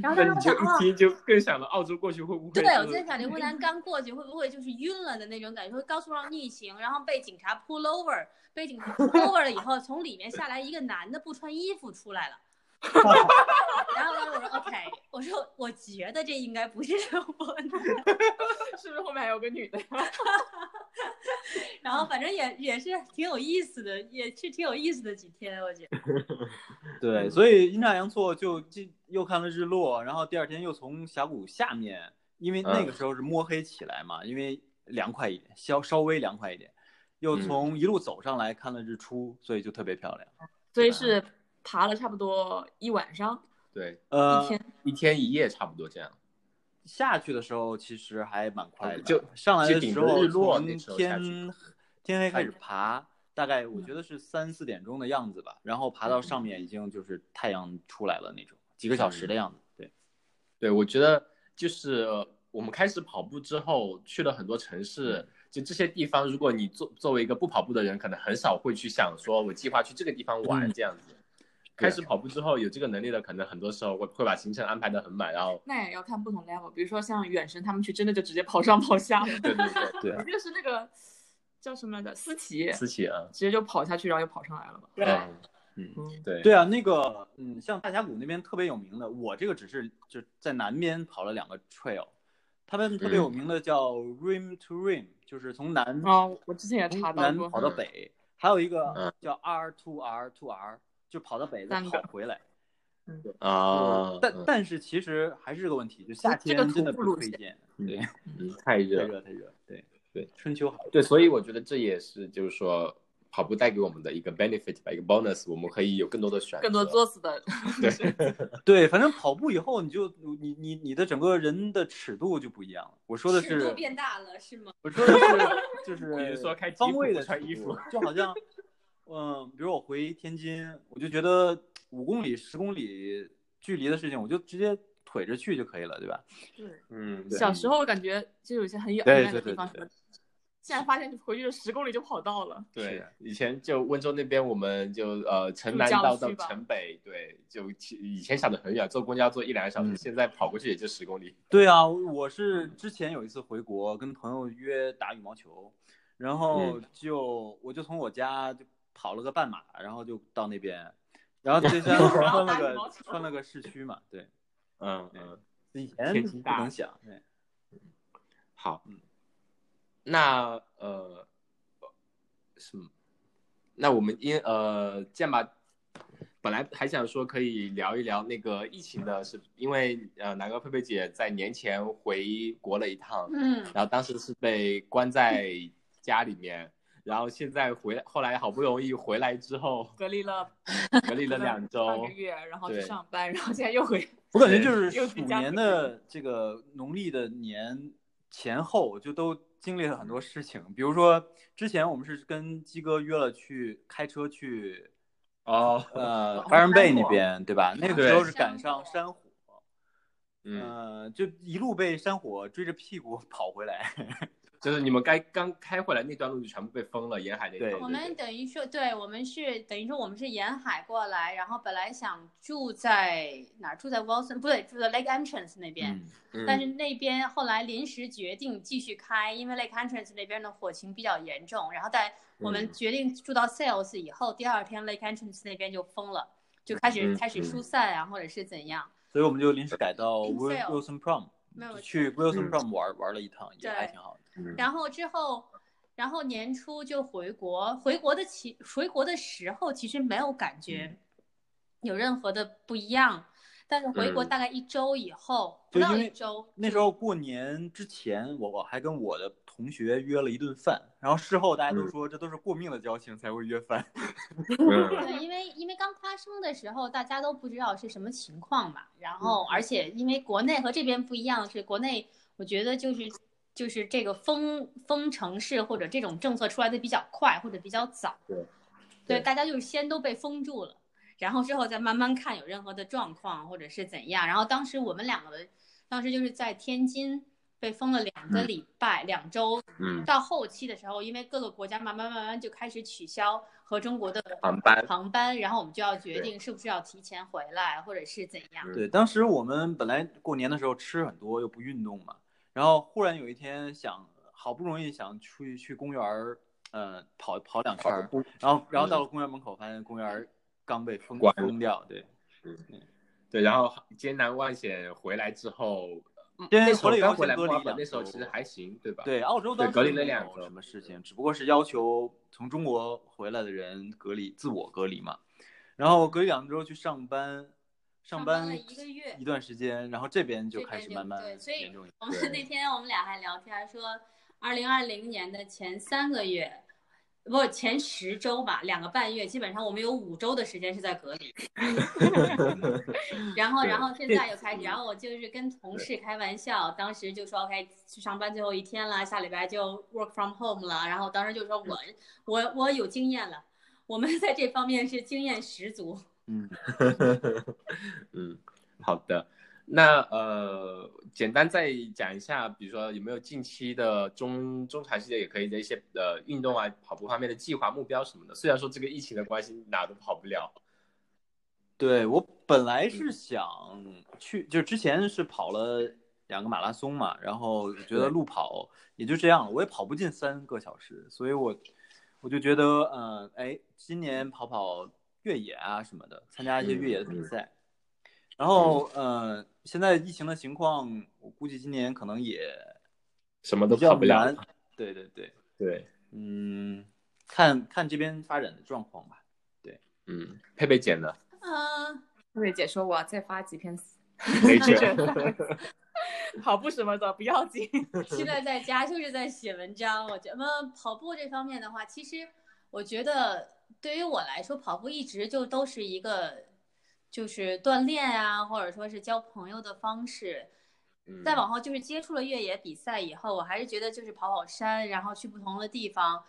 Speaker 4: 然后
Speaker 1: 那
Speaker 4: 当
Speaker 1: 你
Speaker 4: 时我
Speaker 1: 就
Speaker 4: 想，
Speaker 1: 一
Speaker 4: 哦，
Speaker 1: 听就更想了，澳洲过去会不会？
Speaker 4: 对，我在想刘湖南刚过去会不会就是晕了的那种感觉，会高速上逆行，然后被警察 pull over，被警察 pull over 了以后，从里面下来一个男的不穿衣服出来了。然后呢，我说 OK，我说我觉得这应该不是刘波南，
Speaker 2: 是不是后面还有个女 的？
Speaker 4: 然后反正也也是挺有意思的，也是挺有意思的几天，我觉得。
Speaker 3: 对，所以阴差阳错就进又看了日落，然后第二天又从峡谷下面，因为那个时候是摸黑起来嘛，因为凉快一点，稍稍微凉快一点，又从一路走上来看了日出，所以就特别漂亮。
Speaker 2: 所以是爬了差不多一晚上，
Speaker 1: 对，
Speaker 3: 呃
Speaker 2: 一，天
Speaker 1: 一天一夜差不多这样，
Speaker 3: 下去的时候其实还蛮快的，
Speaker 1: 呃就
Speaker 3: 上来的
Speaker 1: 就顶
Speaker 3: 时
Speaker 1: 着
Speaker 3: 候
Speaker 1: 日落
Speaker 3: 从
Speaker 1: 那时候下去嗯
Speaker 3: 天天黑开始爬，大概我觉得是三四点钟的样子吧，然后爬到上面已经就是太阳出来了那种，几个小时
Speaker 1: 嗯
Speaker 3: 的样子。对，
Speaker 1: 对，我觉得就是我们开始跑步之后，去了很多城市，就这些地方，如果你作作为一个不跑步的人，可能很少会去想说，我计划去这个地方玩
Speaker 3: 嗯
Speaker 1: 这样子。开始跑步之后，有这个能力的，可能很多时候会会把行程安排的很满，然 后
Speaker 2: 那也要看不同 level。比如说像远神他们去，真的就直接跑上跑 下了。
Speaker 1: 对对对，
Speaker 3: 对
Speaker 2: 我记得是那个叫什么来着，思琪，
Speaker 1: 私企啊，
Speaker 2: 直接就跑下去，然后又跑上来了吧？
Speaker 1: 嗯
Speaker 3: 嗯，
Speaker 2: 嗯，
Speaker 1: 对
Speaker 3: 对啊，那个嗯，像大峡谷那边特别有名的，我这个只是就在南边跑了两个 trail，他们特别
Speaker 1: 嗯
Speaker 3: 有名的叫 rim to rim，、就是从南
Speaker 2: 哦，我之前也
Speaker 3: 从
Speaker 2: 查到
Speaker 3: 南
Speaker 2: 过
Speaker 3: 跑，到北，还有一
Speaker 1: 嗯
Speaker 3: 个叫 R to R to R，就跑到北再
Speaker 2: 三个
Speaker 3: 跑回来。
Speaker 1: 啊，
Speaker 3: 呃但
Speaker 1: 嗯哎
Speaker 3: 但是其实还是个问题，就夏
Speaker 2: 这
Speaker 3: 天
Speaker 2: 个
Speaker 3: 真的
Speaker 2: 徒步
Speaker 3: 不
Speaker 2: 路
Speaker 3: 推
Speaker 2: 线
Speaker 3: 荐，
Speaker 1: 嗯
Speaker 3: 对，太
Speaker 1: 嗯太热了，
Speaker 3: 热太热，对
Speaker 1: 对，
Speaker 3: 春秋好。
Speaker 1: 对，所以我觉得这也是就是说跑步带给我们的一个 benefit 吧，一个 bonus，我们可以有更多的选择，
Speaker 2: 更多作死的，
Speaker 3: 对，反正跑步以后你就你你你的整个人的尺度就不一样了。我说的
Speaker 4: 尺度
Speaker 3: 是，
Speaker 4: 变大了是吗？
Speaker 3: 我说的是就是
Speaker 1: 比如说开吉
Speaker 3: 方
Speaker 1: 普
Speaker 3: 位
Speaker 1: 不
Speaker 3: 的
Speaker 1: 穿
Speaker 3: 尺
Speaker 1: 衣
Speaker 3: 度
Speaker 1: 服，
Speaker 3: 就 好像嗯、比如我回天津，我就觉得五公里十公里距离的事情，我就直接腿着去就可以了，对吧？
Speaker 1: 嗯，对
Speaker 2: 小时候感觉就有一些很远很
Speaker 3: 对
Speaker 2: 远的
Speaker 3: 对
Speaker 2: 地方
Speaker 3: 对
Speaker 2: 什么
Speaker 3: 对，
Speaker 2: 现在发现回去十公里就跑到了。
Speaker 1: 对
Speaker 3: 是，
Speaker 1: 以前就温州那边，我们就呃城南
Speaker 2: 教
Speaker 1: 到
Speaker 2: 区
Speaker 1: 到
Speaker 2: 吧
Speaker 1: 城北，对，就其以前想的很远，坐公交坐一两个小时，
Speaker 3: 嗯
Speaker 1: 现在跑过去也就十公里。
Speaker 3: 对啊，我是之前有一次回国跟朋友约打羽毛球，然后就、我就从我家就跑了个半马，然后就到那边，然 后这
Speaker 2: 然
Speaker 3: 穿
Speaker 2: 后
Speaker 3: 了
Speaker 2: 打羽毛
Speaker 3: 个
Speaker 2: 球
Speaker 3: 穿了个市区嘛，对，
Speaker 1: 嗯
Speaker 3: 对
Speaker 1: 嗯，
Speaker 3: 以
Speaker 1: 天
Speaker 3: 前
Speaker 1: 气
Speaker 3: 不
Speaker 1: 大
Speaker 3: 能想，对
Speaker 1: 好
Speaker 3: 嗯，
Speaker 1: 那呃什么？那我们因呃这样吧，本来还想说可以聊一聊那个疫情的事，因为呃南哥佩佩姐在年前回国了一趟，
Speaker 4: 嗯，
Speaker 1: 然后当时是被关在家里面，然后现在回来，后来好不容易回来之后，
Speaker 2: 隔离了
Speaker 1: 隔 离了两
Speaker 2: 半
Speaker 1: 周
Speaker 2: 个，月，然后去
Speaker 1: 哦对
Speaker 2: 上班，然后现在又回。
Speaker 3: 我感觉就是
Speaker 2: 又
Speaker 3: 鼠
Speaker 2: 居家
Speaker 3: 年的这个农历的年前后，就都经历了很多事情。比如说，之前我们是跟鸡哥约了去开车去
Speaker 1: 哦，
Speaker 3: 呃
Speaker 2: 哦
Speaker 3: Byron Bay
Speaker 2: 山火
Speaker 3: 那边，对吧？那个
Speaker 1: 对
Speaker 3: 时候是赶上
Speaker 4: 山
Speaker 3: 山火，
Speaker 1: 嗯，
Speaker 3: 呃，就一路被山火追着屁股 跑回来。
Speaker 1: 就是你们该刚开回来那段路就全部被封了，沿海那
Speaker 3: 对
Speaker 1: 条路。
Speaker 4: 我们等于说，对我们是等于说我们是沿海过来，然后本来想住在哪儿？住在 Wilson 不对，住在 Lake Entrance 那边。
Speaker 1: 嗯，嗯
Speaker 4: 但是那边后来临时决定继续开，因为 Lake Entrance 那边的火情比较严重。然后在我们
Speaker 1: 嗯
Speaker 4: 决定住到 Sales 以后，第二天 Lake Entrance 那边就封了，就开始
Speaker 1: 嗯
Speaker 4: 开始
Speaker 1: 嗯
Speaker 4: 疏散啊，或者是怎样。
Speaker 3: 所以我们就临时改到 Wil-
Speaker 4: Sale
Speaker 3: Wilson Prom，
Speaker 4: 没有
Speaker 3: 就去 Wilson
Speaker 1: 嗯
Speaker 3: Prom 玩玩了一趟，也还
Speaker 4: 对
Speaker 3: 挺好的。
Speaker 1: 嗯
Speaker 4: 然后之后，然后年初就回国，回国的其回国的时候其实没有感
Speaker 3: 嗯
Speaker 4: 觉有任何的不一样，但是回国
Speaker 1: 嗯
Speaker 4: 大概一周以后，不
Speaker 3: 就
Speaker 4: 到
Speaker 3: 因为
Speaker 4: 一周，
Speaker 3: 那时候过年之前，我我还跟我的同学约了一顿饭，然后事后大家都说这都是过命的交情才会约饭。
Speaker 1: 嗯
Speaker 4: 对，因为因为刚发生的时候大家都不知道是什么情况嘛，然后而且因为国内和这边不一样，是国内我觉得就是。就是这个封封城市或者这种政策出来的比较快或者比较早，对，
Speaker 1: 对
Speaker 4: 大家就是先都被封住了，然后之后再慢慢看有任何的状况或者是怎样。然后当时我们两个的，当时就是在天津被封了两个礼拜、两周，
Speaker 1: 嗯，
Speaker 4: 到后期的时候，因为各个国家慢慢慢慢就开始取消和中国的
Speaker 1: 航班
Speaker 4: 航班，然后我们就要决
Speaker 1: 对
Speaker 4: 定是不是要提前回来或者是怎样。
Speaker 1: 嗯
Speaker 3: 对，当时我们本来过年的时候吃很多又不运动嘛，然后忽然有一天想，好不容易想出去去公园儿，呃，跑跑两圈儿，然后然后到了公园门口，发现公园儿刚被封
Speaker 1: 嗯关了
Speaker 3: 封掉，对，
Speaker 1: 对，然后艰难万险回来之后，
Speaker 3: 因
Speaker 1: 那
Speaker 3: 为
Speaker 1: 时候
Speaker 3: 回来以
Speaker 1: 刚
Speaker 3: 后
Speaker 1: 回来
Speaker 3: 先
Speaker 1: 不
Speaker 3: 隔离
Speaker 1: 管
Speaker 3: 两
Speaker 1: 那时候其实
Speaker 3: 周
Speaker 1: 还行，对吧？，
Speaker 3: 对，澳洲
Speaker 1: 对
Speaker 3: 当
Speaker 1: 隔离
Speaker 3: 时
Speaker 1: 了
Speaker 3: 没
Speaker 1: 两
Speaker 3: 有
Speaker 1: 周
Speaker 3: 什么事情，只不过是要求从中国回来的人隔离自我隔离嘛。然后隔离两周去上班，上
Speaker 4: 班
Speaker 3: 班
Speaker 4: 了一个月
Speaker 3: 一段时间，然后这边就
Speaker 4: 这
Speaker 3: 开
Speaker 4: 边
Speaker 3: 始
Speaker 4: 就
Speaker 3: 慢慢
Speaker 4: 对所以
Speaker 3: 严重一点。
Speaker 4: 我们那天我们俩还聊天说，二零二零年的前三个月，不前十周吧，两个半月，基本上我们有五周的时间是在隔离。然后，
Speaker 1: 对
Speaker 4: 然后现在又开始，然后我就是跟同事开玩笑，当时就说 OK，去上班最后一天了，下礼拜就 work from home 了。然后当时就说我我我有经验了，我们在这方面是经验十足。
Speaker 3: 嗯，
Speaker 1: 嗯，好的。那呃，简单再讲一下，比如说有没有近期的中中长期的也可以的一些呃运动啊、跑步方面的计划、目标什么的。虽然说这个疫情的关系哪都跑不了，
Speaker 3: 对我本
Speaker 1: 嗯
Speaker 3: 来是想去，就之前是跑了两个马拉松嘛，然后我觉得
Speaker 1: 对
Speaker 3: 路跑也就这样了，我也跑不进三个小时，所以我我就觉得，嗯、哎，今年跑跑越野啊什么的，参加一些
Speaker 1: 嗯
Speaker 3: 越野的比
Speaker 1: 嗯
Speaker 3: 赛。然后，呃，现在疫情的情况，我估计今年可能也
Speaker 1: 什么
Speaker 3: 比
Speaker 1: 都
Speaker 3: 较
Speaker 1: 跑不了
Speaker 3: 难。。对对对，
Speaker 1: 对，
Speaker 3: 嗯，看看这边发展的状况吧。
Speaker 1: 嗯，佩佩剪的，
Speaker 4: 嗯、
Speaker 2: 瑞姐说我要再发几篇
Speaker 1: 没
Speaker 2: 这
Speaker 1: 剪。
Speaker 2: 个跑步什么的不要紧。
Speaker 4: 现在在家就是在写文章。我觉得嗯跑步这方面的话，其实我觉得对于我来说，跑步一直就都是一个就是锻炼啊，或者说是交朋友的方式。
Speaker 1: 嗯
Speaker 4: 再往后就是接触了越野比赛以后，我还是觉得就是跑跑山，然后去不同的地方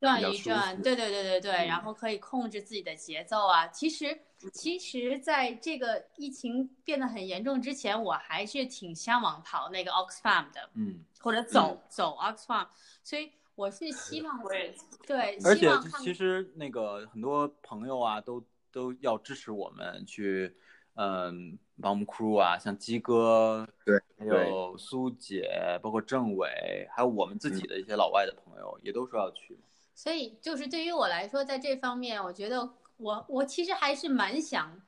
Speaker 4: 转
Speaker 1: 比较
Speaker 4: 一
Speaker 1: 舒
Speaker 4: 转，
Speaker 1: 服
Speaker 4: 对对对对对，
Speaker 1: 嗯
Speaker 4: 然后可以控制自己的节奏啊。其实其实在这个疫情变得很严重之前，我还是挺向往跑那个 Oxfam 的。
Speaker 3: 嗯，
Speaker 4: 或者走、走啊 Oxfam，所以我是希望
Speaker 2: 我也
Speaker 4: 对，
Speaker 3: 而
Speaker 4: 希
Speaker 3: 且
Speaker 4: 望
Speaker 3: 其
Speaker 4: 看
Speaker 3: 其实那个很多朋友啊，都都要支持我们去，嗯，帮我们 crew 啊，像鸡哥，
Speaker 1: 对，
Speaker 3: 还有苏姐，包括政委，还有我们自
Speaker 1: 嗯
Speaker 3: 己的一些老外的朋友，也都说要去。
Speaker 4: 所以就是对于我来说，在这方面，我觉得我我其实还是蛮想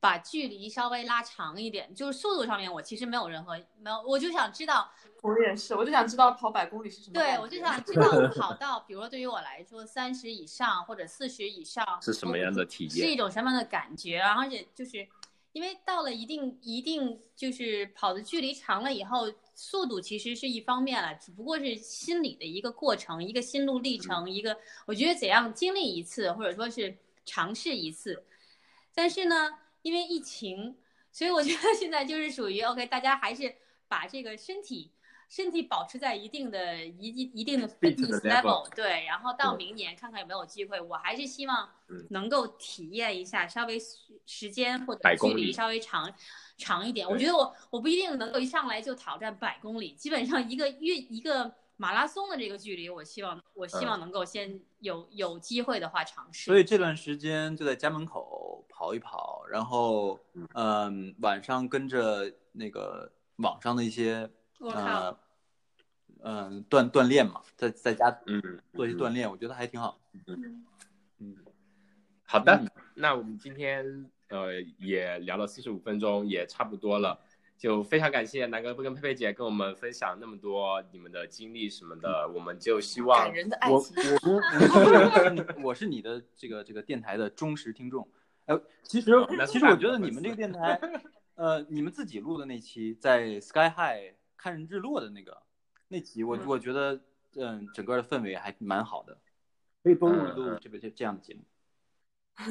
Speaker 4: 把距离稍微拉长一点，就是速度上面我其实没有任何没有，我就想知道，
Speaker 2: 我也是，我就想知道跑百公里是什么感
Speaker 4: 对
Speaker 2: 觉。
Speaker 4: 我就想知道跑到，比如说对于我来说，三十以上或者四十以上
Speaker 1: 嗯是什么样的体
Speaker 4: 是一
Speaker 1: 验？
Speaker 4: 种什么样的感觉，而且就是因为到了一定一定就是跑的距离长了以后，速度其实是一方面了，只不过是心理的一个过程，一个心路历
Speaker 1: 嗯
Speaker 4: 程，一个我觉得怎样经历一次，或者说是尝试一次。但是呢，因为疫情，所以我觉得现在就是属于 OK，大家还是把这个身体身体保持在一定的一一一定的
Speaker 1: Fit 的
Speaker 4: fitness
Speaker 1: level
Speaker 4: level，对，然后到
Speaker 1: 对
Speaker 4: 明年看看有没有机会，我还是希望
Speaker 1: 嗯
Speaker 4: 能够体验一下，稍微时时间或
Speaker 1: 百
Speaker 4: 者距
Speaker 1: 公
Speaker 4: 离
Speaker 1: 里
Speaker 4: 稍微长长一点。我
Speaker 1: 对
Speaker 4: 觉得我我不一定能够一上来就挑战百公里，基本上一个月一个马拉松的这个距离，我希望我希
Speaker 1: 嗯
Speaker 4: 望能够先有有机会的话尝试。
Speaker 3: 所以这段时间就在家门口跑一跑，然后嗯，晚上跟着那个网上的一些
Speaker 4: 我
Speaker 1: 啊
Speaker 4: 靠，
Speaker 3: 呃嗯锻锻炼嘛，在在家
Speaker 1: 嗯，
Speaker 3: 做一些
Speaker 1: 嗯
Speaker 3: 锻炼，我觉得还挺好。
Speaker 1: 好的，嗯那我们今天呃也聊了四十五分钟，也差不多了，就非常感谢南哥跟佩佩姐跟我们分享那么多你们的经历什么的，我们就希望
Speaker 2: 嗯感人的爱
Speaker 3: 我
Speaker 2: 情。
Speaker 3: 我们我是 你的这个这个电台的忠实听众。哎，其实
Speaker 1: 那是
Speaker 3: 其实我觉得你们这个电台，呃，你们自己录的那期在 Sky High 看日落的那个那集，我
Speaker 2: 嗯
Speaker 3: 我觉得嗯，整个的氛围还蛮好的，可以多录一
Speaker 1: 嗯
Speaker 3: 录这个这这样的节目。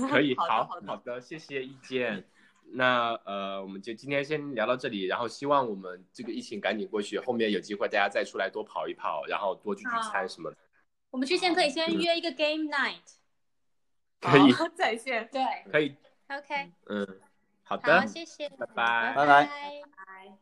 Speaker 1: 可以，
Speaker 2: 好的
Speaker 1: 好
Speaker 2: 好的嗯
Speaker 1: 谢谢意见。那呃，我们就今天先聊到这里，然后希望我们这个疫情赶紧过去，后面有机会大家再出来多跑一跑，然后多聚聚餐什么的。
Speaker 4: 我们之前可以
Speaker 1: 嗯
Speaker 4: 先约一个 game night。
Speaker 1: 可以，
Speaker 2: 好，在线。
Speaker 4: 对
Speaker 1: 可以，嗯
Speaker 4: ，OK，
Speaker 1: 嗯，好的，
Speaker 4: 好，谢谢，
Speaker 1: 拜拜
Speaker 3: 拜拜
Speaker 4: 拜